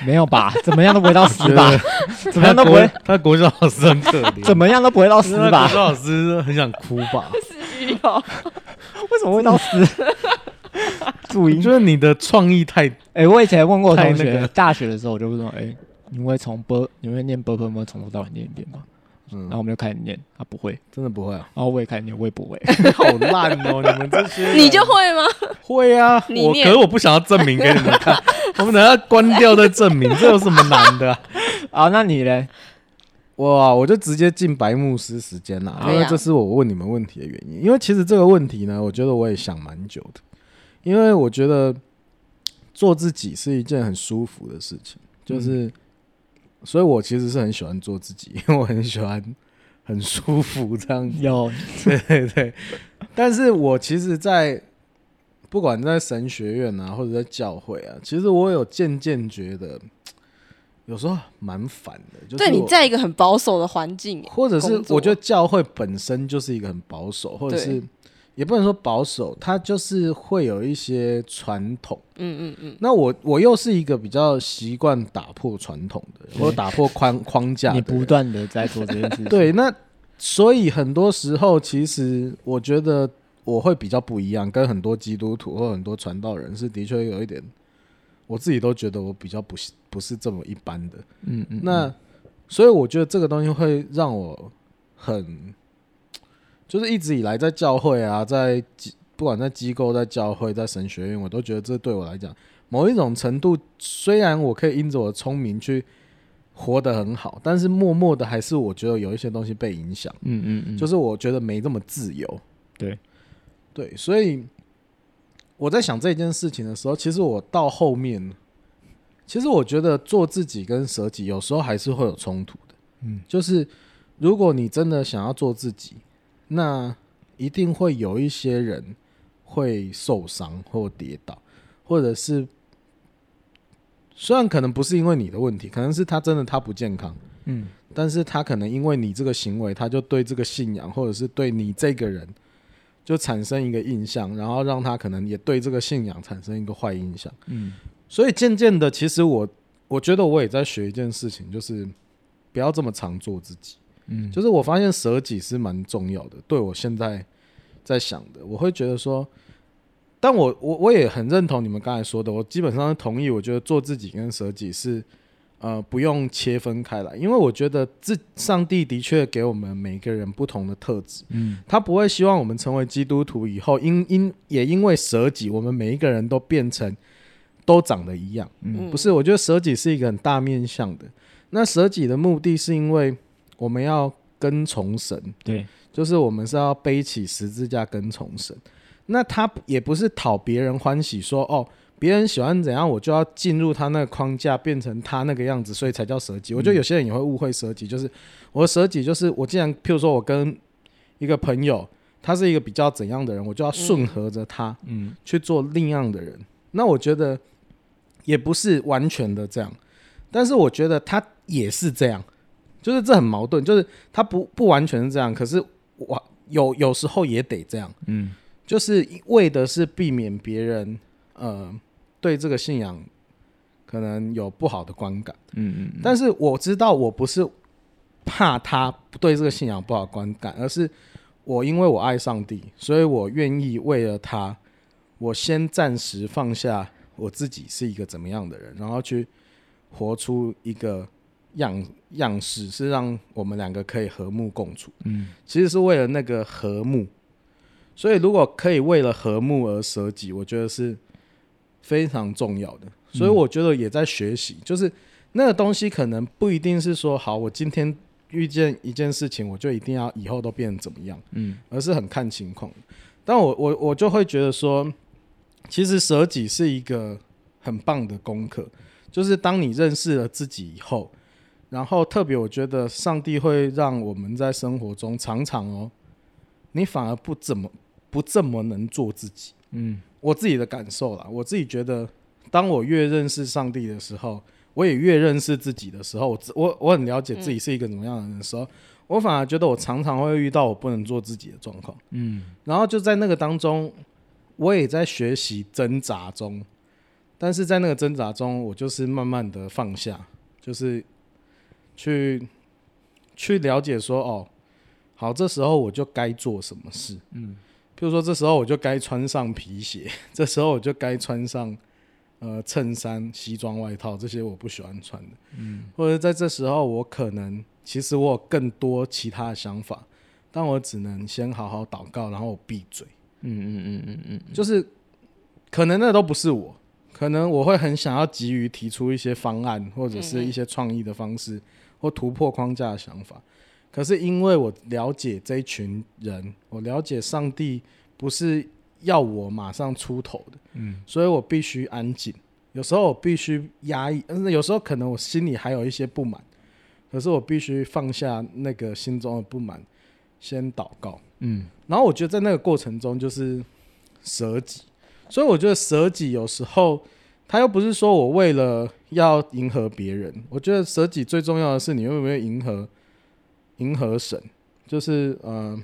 [SPEAKER 3] 没有吧？怎么样都不会到
[SPEAKER 2] 觉
[SPEAKER 3] 十吧
[SPEAKER 2] 得？
[SPEAKER 3] 怎么样都不会，
[SPEAKER 2] 他国小老师很可怜，
[SPEAKER 3] 怎么样都不会到十
[SPEAKER 2] 他
[SPEAKER 3] 吧
[SPEAKER 2] 国？ 小老师很想哭 吧？
[SPEAKER 1] 是鱼哦，
[SPEAKER 3] 为什么会到十？ 注音
[SPEAKER 2] 就是你的创意太
[SPEAKER 3] 哎、我以前问过我同
[SPEAKER 2] 太那
[SPEAKER 3] 学
[SPEAKER 2] 个，
[SPEAKER 3] 大学的时候我就问说，哎、你会从 b，你会念 b b m 从头到尾念一遍吗？
[SPEAKER 2] 嗯
[SPEAKER 3] 然后我们就开始念，他不会，
[SPEAKER 2] 真的不会啊，
[SPEAKER 3] 然后我也开始念，我也不会。
[SPEAKER 2] 好烂哦！你们这些
[SPEAKER 1] 你就会吗？
[SPEAKER 2] 会啊，
[SPEAKER 1] 你
[SPEAKER 2] 我可
[SPEAKER 1] 念
[SPEAKER 2] 是我不想要证明给你们看，我们等下关掉再证明，这有什么难的啊？
[SPEAKER 3] 啊，那你嘞？
[SPEAKER 2] 哇，我就直接进白牧师时间啦，
[SPEAKER 1] 哎呀
[SPEAKER 2] 因为这是我问你们问题的原因。因为其实这个问题呢，我觉得我也想蛮久的，因为我觉得做自己是一件很舒服的事情，就是，所以我其实是很喜欢做自己，因为我很喜欢很舒服这样子。
[SPEAKER 3] 有，
[SPEAKER 2] 对对，但是我其实在，不管在神学院啊，或者在教会啊，其实我有渐渐觉得，有时候蛮烦的。就是
[SPEAKER 1] 对，你
[SPEAKER 2] 我
[SPEAKER 1] 在一个很保守的环境，
[SPEAKER 2] 或者是
[SPEAKER 1] 工作
[SPEAKER 2] 我觉得教会本身就是一个很保守，或者是
[SPEAKER 1] 对
[SPEAKER 2] 也不能说保守，它就是会有一些传统。
[SPEAKER 1] 嗯嗯嗯，
[SPEAKER 2] 那我我又是一个比较习惯打破传统的人，
[SPEAKER 3] 对
[SPEAKER 2] 或者打破框框架的
[SPEAKER 3] 你
[SPEAKER 2] 人。
[SPEAKER 3] 不断的在做这件事 情。
[SPEAKER 2] 对，那所以很多时候，其实我觉得我会比较不一样，跟很多基督徒或很多传道人是的确有一点，我自己都觉得我比较不是不是这么一般的。
[SPEAKER 3] 嗯，嗯嗯，
[SPEAKER 2] 那所以我觉得这个东西会让我很，就是一直以来在教会啊，在机不管在机构、在教会、在神学院，我都觉得这对我来讲，某一种程度，虽然我可以因着我的聪明去活得很好，但是默默的还是我觉得有一些东西被影响。
[SPEAKER 3] 嗯嗯嗯，
[SPEAKER 2] 就是是我觉得没这么自由。
[SPEAKER 3] 对，
[SPEAKER 2] 对，所以我在想这件事情的时候，其实我到后面，其实我觉得做自己跟舍己有时候还是会有冲突的。
[SPEAKER 3] 嗯，
[SPEAKER 2] 就是如果你真的想要做自己，那一定会有一些人会受伤或跌倒，或者是。虽然可能不是因为你的问题，可能是他真的他不健康，
[SPEAKER 3] 嗯，
[SPEAKER 2] 但是他可能因为你这个行为，他就对这个信仰，或者是对你这个人，就产生一个印象，然后让他可能也对这个信仰产生一个坏印象。
[SPEAKER 3] 嗯，
[SPEAKER 2] 所以渐渐的，其实我我觉得我也在学一件事情，就是不要这么常做自己。
[SPEAKER 3] 嗯，
[SPEAKER 2] 就是我发现舍己是蛮重要的，对我现在在想的，我会觉得说，但我我我也很认同你们刚才说的，我基本上是同意。我觉得做自己跟舍己是呃不用切分开来，因为我觉得自上帝的确给我们每个人不同的特质，
[SPEAKER 3] 嗯
[SPEAKER 2] 他不会希望我们成为基督徒以后，因因也因为舍己，我们每一个人都变成都长得一样。
[SPEAKER 3] 嗯
[SPEAKER 2] 不是，我觉得舍己是一个很大面向的。那舍己的目的是因为我们要跟从神，
[SPEAKER 3] 对，
[SPEAKER 2] 就是我们是要背起十字架跟从神。那他也不是讨别人欢喜说，哦，别人喜欢怎样，我就要进入他那个框架，变成他那个样子，所以才叫舍己。我觉得有些人也会误会舍己，就是我的舍己就是我既然，譬如说我跟一个朋友，他是一个比较怎样的人，我就要顺合着他。
[SPEAKER 3] 嗯
[SPEAKER 2] 去做另样的人。那我觉得也不是完全的这样，但是我觉得他也是这样，就是这很矛盾，就是他不不完全是这样，可是我有有时候也得这样，
[SPEAKER 3] 嗯
[SPEAKER 2] 就是为的是避免别人呃对这个信仰可能有不好的观感。
[SPEAKER 3] 嗯嗯，
[SPEAKER 2] 但是我知道我不是怕他对这个信仰不好观感，而是我因为我爱上帝，所以我愿意为了他，我先暂时放下我自己是一个怎么样的人，然后去活出一个样样式，是让我们两个可以和睦共处。
[SPEAKER 3] 嗯
[SPEAKER 2] 其实是为了那个和睦。所以如果可以为了和睦而舍己，我觉得是非常重要的。所以我觉得也在学习，就是那个东西可能不一定是说，好，我今天遇见一件事情，我就一定要以后都变成怎么样，
[SPEAKER 3] 嗯
[SPEAKER 2] 而是很看情况。但我我我就会觉得说，其实舍己是一个很棒的功课，就是当你认识了自己以后，然后特别我觉得上帝会让我们在生活中常常哦，你反而不怎么不这么能做自己。
[SPEAKER 3] 嗯
[SPEAKER 2] 我自己的感受啦，我自己觉得，当我越认识上帝的时候，我也越认识自己的时候，我自我我很了解自己是一个怎么样的人的时候，我反而觉得我常常会遇到我不能做自己的状况。
[SPEAKER 3] 嗯
[SPEAKER 2] 然后就在那个当中，我也在学习挣扎中，但是在那个挣扎中，我就是慢慢的放下，就是去去了解说，哦，好，这时候我就该做什么事，
[SPEAKER 3] 嗯
[SPEAKER 2] 譬如说这时候我就该穿上皮鞋， 这时候我就该穿上呃衬衫、西装外套这些我不喜欢穿的，
[SPEAKER 3] 嗯，
[SPEAKER 2] 或者在这时候我可能其实我有更多其他的想法，但我只能先好好祷告，然后我闭嘴，
[SPEAKER 3] 嗯嗯嗯嗯嗯，
[SPEAKER 2] 就是可能那都不是我，可能我会很想要急于提出一些方案或者
[SPEAKER 3] 嗯
[SPEAKER 2] 是一些创意的方式或突破框架的想法，可是因为我了解这一群人，我了解上帝不是要我马上出头的，
[SPEAKER 3] 嗯
[SPEAKER 2] 所以我必须安静。有时候我必须压抑，但是有时候可能我心里还有一些不满，可是我必须放下那个心中的不满，先祷告。
[SPEAKER 3] 嗯
[SPEAKER 2] 然后我觉得在那个过程中就是舍己，所以我觉得舍己有时候他又不是说我为了要迎合别人，我觉得舍己最重要的是你会不会迎合迎合神，就是呃，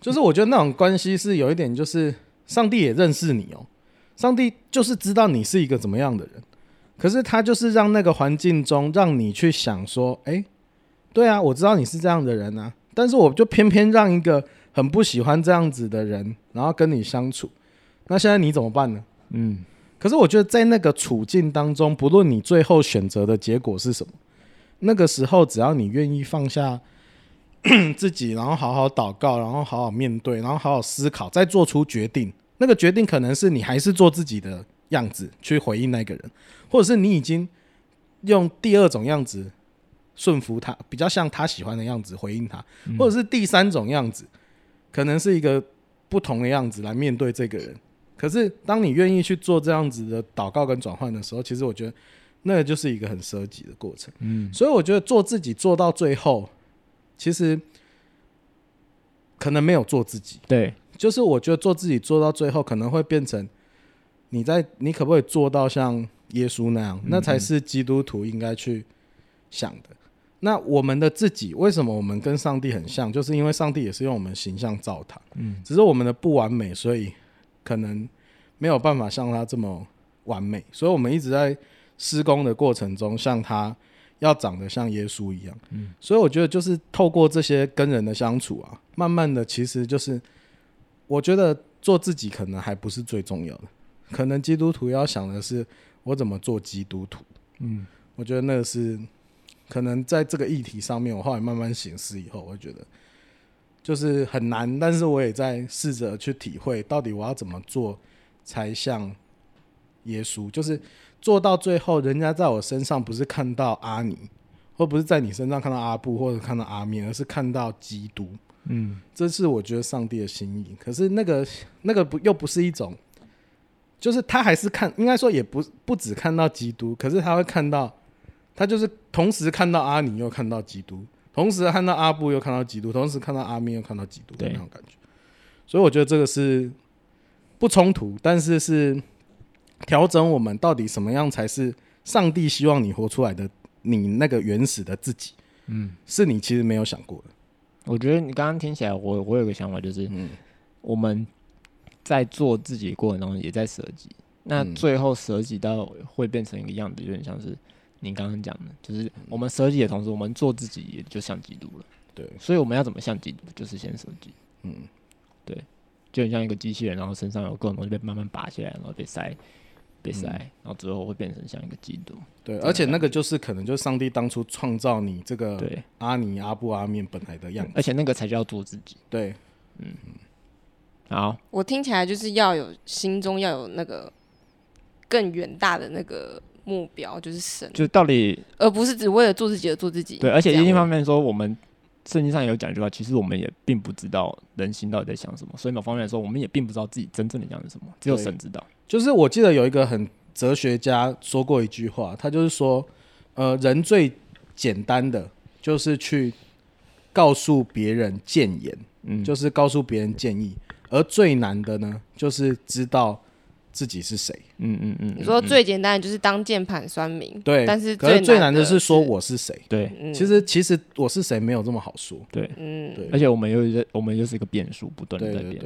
[SPEAKER 2] 就是我觉得那种关系是有一点，就是上帝也认识你哦，上帝就是知道你是一个怎么样的人，可是他就是让那个环境中让你去想说，哎，对啊，我知道你是这样的人啊，但是我就偏偏让一个很不喜欢这样子的人，然后跟你相处，那现在你怎么办呢？
[SPEAKER 3] 嗯
[SPEAKER 2] 可是我觉得在那个处境当中，不论你最后选择的结果是什么，那个时候只要你愿意放下 自己，然后好好祷告，然后好好面对，然后好好思考，再做出决定。那个决定可能是你还是做自己的样子去回应那个人，或者是你已经用第二种样子顺服他，比较像他喜欢的样子回应他，或者是第三种样子，可能是一个不同的样子来面对这个人。可是当你愿意去做这样子的祷告跟转换的时候，其实我觉得那个就是一个很舍己的过程。
[SPEAKER 3] 嗯
[SPEAKER 2] 所以我觉得做自己做到最后，其实可能没有做自己，
[SPEAKER 3] 对，
[SPEAKER 2] 就是我觉得做自己做到最后，可能会变成你在你可不可以
[SPEAKER 3] 嗯
[SPEAKER 2] 做到像耶稣那样，那才是基督徒应该去想的。那我们的自己为什么我们跟上帝很像？就是因为上帝也是用我们形象造他，
[SPEAKER 3] 嗯，
[SPEAKER 2] 只是我们的不完美，所以可能没有办法像他这么完美，所以我们一直在施工的过程中，像他要长得像耶稣一样。
[SPEAKER 3] 嗯，
[SPEAKER 2] 所以我觉得就是透过这些跟人的相处啊，慢慢的其实就是，我觉得做自己可能还不是最重要的，可能基督徒要想的是我怎么做基督徒。
[SPEAKER 3] 嗯，
[SPEAKER 2] 我觉得那个是可能在这个议题上面，我后来慢慢醒思以后，我觉得就是很难，但是我也在试着去体会，到底我要怎么做才像耶稣，就是做到最后，人家在我身上不是看到阿尼，或不是在你身上看到阿布，或者看到阿面，而是看到基督。
[SPEAKER 3] 嗯，
[SPEAKER 2] 这是我觉得上帝的心意。可是那个那个不又不是一种，就是他还是看，应该说也不不只看到基督，可是他会看到，他就是同时看到阿尼又看到基督，同时看到阿布又看到基督，同时看到阿明又看到基督的
[SPEAKER 3] 对
[SPEAKER 2] 那种感觉。所以我觉得这个是不冲突，但是是调整我们到底什么样才是上帝希望你活出来的，你那个原始的自己。嗯，是你其实没有想过的。
[SPEAKER 3] 我觉得你刚刚听起来，我我有个想法，就是
[SPEAKER 2] 嗯
[SPEAKER 3] 我们在做自己的过程中也在舍己，那
[SPEAKER 2] 嗯
[SPEAKER 3] 最后舍己到会变成一个样子，有点像是你刚刚讲的，就是
[SPEAKER 2] 嗯
[SPEAKER 3] 我们舍己的同时，我们做自己也就像基督了。
[SPEAKER 2] 对，
[SPEAKER 3] 所以我们要怎么像基督，就是先舍己，
[SPEAKER 2] 嗯。
[SPEAKER 3] 就很像一个机器人，然后身上有各种东西被慢慢拔下来，然后被塞，被塞，
[SPEAKER 2] 嗯
[SPEAKER 3] 然后之后会变成像一个基督。
[SPEAKER 2] 对，
[SPEAKER 3] 这
[SPEAKER 2] 而且
[SPEAKER 3] 种
[SPEAKER 2] 那
[SPEAKER 3] 感
[SPEAKER 2] 个就是可能就是上帝当初创造你这个
[SPEAKER 3] 对，
[SPEAKER 2] 阿尼阿布阿面本来的嗯样子。
[SPEAKER 3] 而且那个才叫做自己。
[SPEAKER 2] 对，
[SPEAKER 3] 好，
[SPEAKER 1] 我听起来就是要有心中要有那个更远大的那个目标，就是神，
[SPEAKER 3] 就到底
[SPEAKER 1] 而不是只为了做自己而做自己。
[SPEAKER 3] 对，而且
[SPEAKER 1] 这样
[SPEAKER 3] 另一方面说，我们圣经上也有讲一句话，其实我们也并不知道人心到底在想什么，所以某方面来说，我们也并不知道自己真正的想是什么，只有
[SPEAKER 2] 对
[SPEAKER 3] 神知道。
[SPEAKER 2] 就是我记得有一个很哲学家说过一句话，他就是说，呃，人最简单的就是去告诉别人谏言，
[SPEAKER 3] 嗯，
[SPEAKER 2] 就是告诉别人建议，而最难的呢，就是知道自己是谁。
[SPEAKER 3] 嗯嗯嗯，
[SPEAKER 1] 你说
[SPEAKER 3] 嗯
[SPEAKER 1] 最简单的就是当键盘酸民，
[SPEAKER 2] 对，
[SPEAKER 1] 但是
[SPEAKER 2] 可是最
[SPEAKER 1] 难
[SPEAKER 2] 难的是
[SPEAKER 1] 是
[SPEAKER 2] 说，我是谁。
[SPEAKER 3] 对
[SPEAKER 1] 嗯
[SPEAKER 2] 其实，其实我是谁没有这么好说。
[SPEAKER 3] 对，
[SPEAKER 1] 嗯，
[SPEAKER 2] 对，
[SPEAKER 3] 而且我们又是我们又是一个变数，不断
[SPEAKER 2] 对
[SPEAKER 3] 的在
[SPEAKER 2] 对
[SPEAKER 3] 变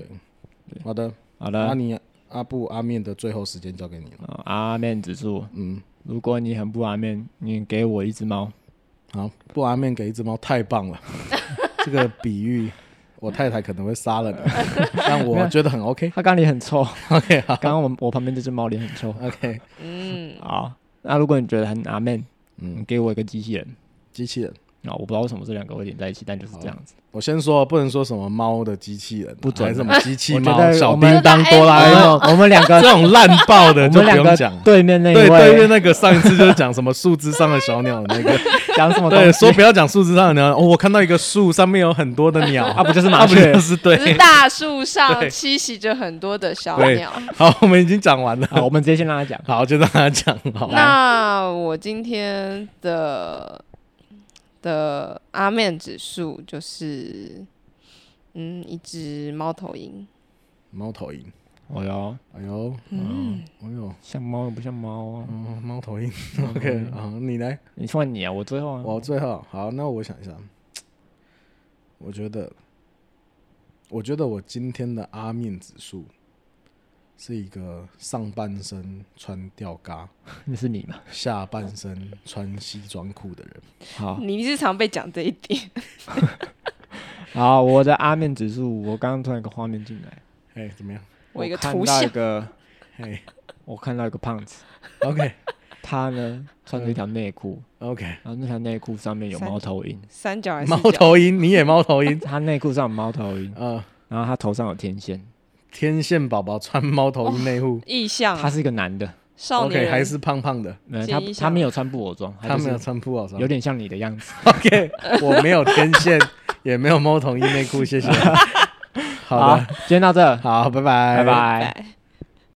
[SPEAKER 2] 对。，好的，
[SPEAKER 3] 好
[SPEAKER 2] 阿
[SPEAKER 3] 了，
[SPEAKER 2] 尼阿布阿面的最后时间交给你了。
[SPEAKER 3] 啊阿面指数，
[SPEAKER 2] 嗯，
[SPEAKER 3] 如果你很不阿面，你给我一只猫。
[SPEAKER 2] 好，不阿面给一只猫太棒了， 这个比喻我太太可能会杀了你，但我觉得很 OK。
[SPEAKER 3] 它刚刚脸很臭，
[SPEAKER 2] OK，好
[SPEAKER 3] 刚刚我我旁边这只猫脸很臭。
[SPEAKER 2] ，OK，
[SPEAKER 1] 嗯，
[SPEAKER 3] 好，那如果你觉得很阿面，你
[SPEAKER 2] 嗯，
[SPEAKER 3] 给我一个机器人。
[SPEAKER 2] 机器人，
[SPEAKER 3] 啊，我不知道为什么这两个会连在一起，但就是这样子。
[SPEAKER 2] 我先说不能说什么猫的机器人啊，
[SPEAKER 3] 不准
[SPEAKER 2] 还是什么机器
[SPEAKER 3] 我
[SPEAKER 2] 猫
[SPEAKER 3] 觉得、
[SPEAKER 2] 小
[SPEAKER 3] 我
[SPEAKER 2] 叮
[SPEAKER 3] 们
[SPEAKER 2] 当、哆啦 A 梦
[SPEAKER 3] 我们我们两个
[SPEAKER 2] 这种烂爆的
[SPEAKER 3] 我
[SPEAKER 2] 就
[SPEAKER 3] 们
[SPEAKER 2] 不
[SPEAKER 3] 两
[SPEAKER 2] 用
[SPEAKER 3] 个
[SPEAKER 2] 讲。
[SPEAKER 3] 对面那一
[SPEAKER 2] 对对面
[SPEAKER 3] 位
[SPEAKER 2] 那个上一次就是讲什么树枝上的小鸟的那个，
[SPEAKER 3] 讲什么东
[SPEAKER 2] 对，
[SPEAKER 3] 西？
[SPEAKER 2] 说不要讲树枝上的鸟。哦，我看到一个树上面有很多的鸟，
[SPEAKER 3] 啊，不就是
[SPEAKER 2] 啊
[SPEAKER 3] 麻
[SPEAKER 2] 不就是
[SPEAKER 3] 雀？
[SPEAKER 1] 就是
[SPEAKER 2] 对。
[SPEAKER 1] 大树上
[SPEAKER 2] 对
[SPEAKER 1] 栖息着很多的小
[SPEAKER 2] 对
[SPEAKER 1] 鸟。
[SPEAKER 2] 好，我们已经讲完了，
[SPEAKER 3] 好，我们直接先让他 讲。
[SPEAKER 2] 好，就让他讲好。
[SPEAKER 1] 那我今天的的阿面指数就是，嗯，一只猫头鹰。
[SPEAKER 2] 猫头鹰，
[SPEAKER 3] 哦哟，
[SPEAKER 2] 哎呦，
[SPEAKER 3] 嗯，
[SPEAKER 2] 哎呦，
[SPEAKER 3] 像猫不像猫啊？
[SPEAKER 2] 嗯，猫头鹰 ，OK，好，你来，
[SPEAKER 3] 你换你啊，我最后啊，
[SPEAKER 2] 我最后好，那我想一下，我觉得，我觉得我今天的阿面指数是一个上半身穿吊嘎，
[SPEAKER 3] 那是你 嘛？
[SPEAKER 2] 下半身穿西装裤的人。哦
[SPEAKER 3] 好
[SPEAKER 1] 你日常被讲这一点，
[SPEAKER 3] 好，我的阿面指数，我刚刚突然有个画面进来，
[SPEAKER 2] 哎，怎么样？
[SPEAKER 1] 我一个
[SPEAKER 3] 看
[SPEAKER 1] 图
[SPEAKER 3] 到一
[SPEAKER 1] 像
[SPEAKER 3] 个，
[SPEAKER 2] 哎
[SPEAKER 3] 我看到一个胖子，
[SPEAKER 2] ，OK，OK，
[SPEAKER 3] 他呢穿着一条内裤，然后那条内裤上面有
[SPEAKER 1] 三
[SPEAKER 3] 猫头鹰，，
[SPEAKER 1] 三角还是
[SPEAKER 2] 猫
[SPEAKER 1] 四角
[SPEAKER 2] 头鹰，你也猫头鹰
[SPEAKER 3] 他内裤上有猫头鹰，
[SPEAKER 2] 呃，
[SPEAKER 3] 然后他头上有天线，
[SPEAKER 2] 天线宝宝穿猫头鹰内裤
[SPEAKER 1] 意象啊
[SPEAKER 3] 他是一个男的，
[SPEAKER 1] 哦少年
[SPEAKER 2] ，OK，还
[SPEAKER 1] 人
[SPEAKER 2] 是胖胖的，
[SPEAKER 3] 没有
[SPEAKER 1] 建
[SPEAKER 3] 他
[SPEAKER 1] 议
[SPEAKER 3] 他
[SPEAKER 1] 上
[SPEAKER 3] 没有穿布偶装，
[SPEAKER 2] 他
[SPEAKER 3] 就
[SPEAKER 2] 没
[SPEAKER 3] 是
[SPEAKER 2] 有穿布偶装
[SPEAKER 3] 有。点像你的样子。
[SPEAKER 2] OK，我 没有天线，也 没有猫头鹰内裤，谢谢。好的，
[SPEAKER 3] 今天到这，
[SPEAKER 2] 好，拜拜，
[SPEAKER 3] 拜拜。
[SPEAKER 1] 拜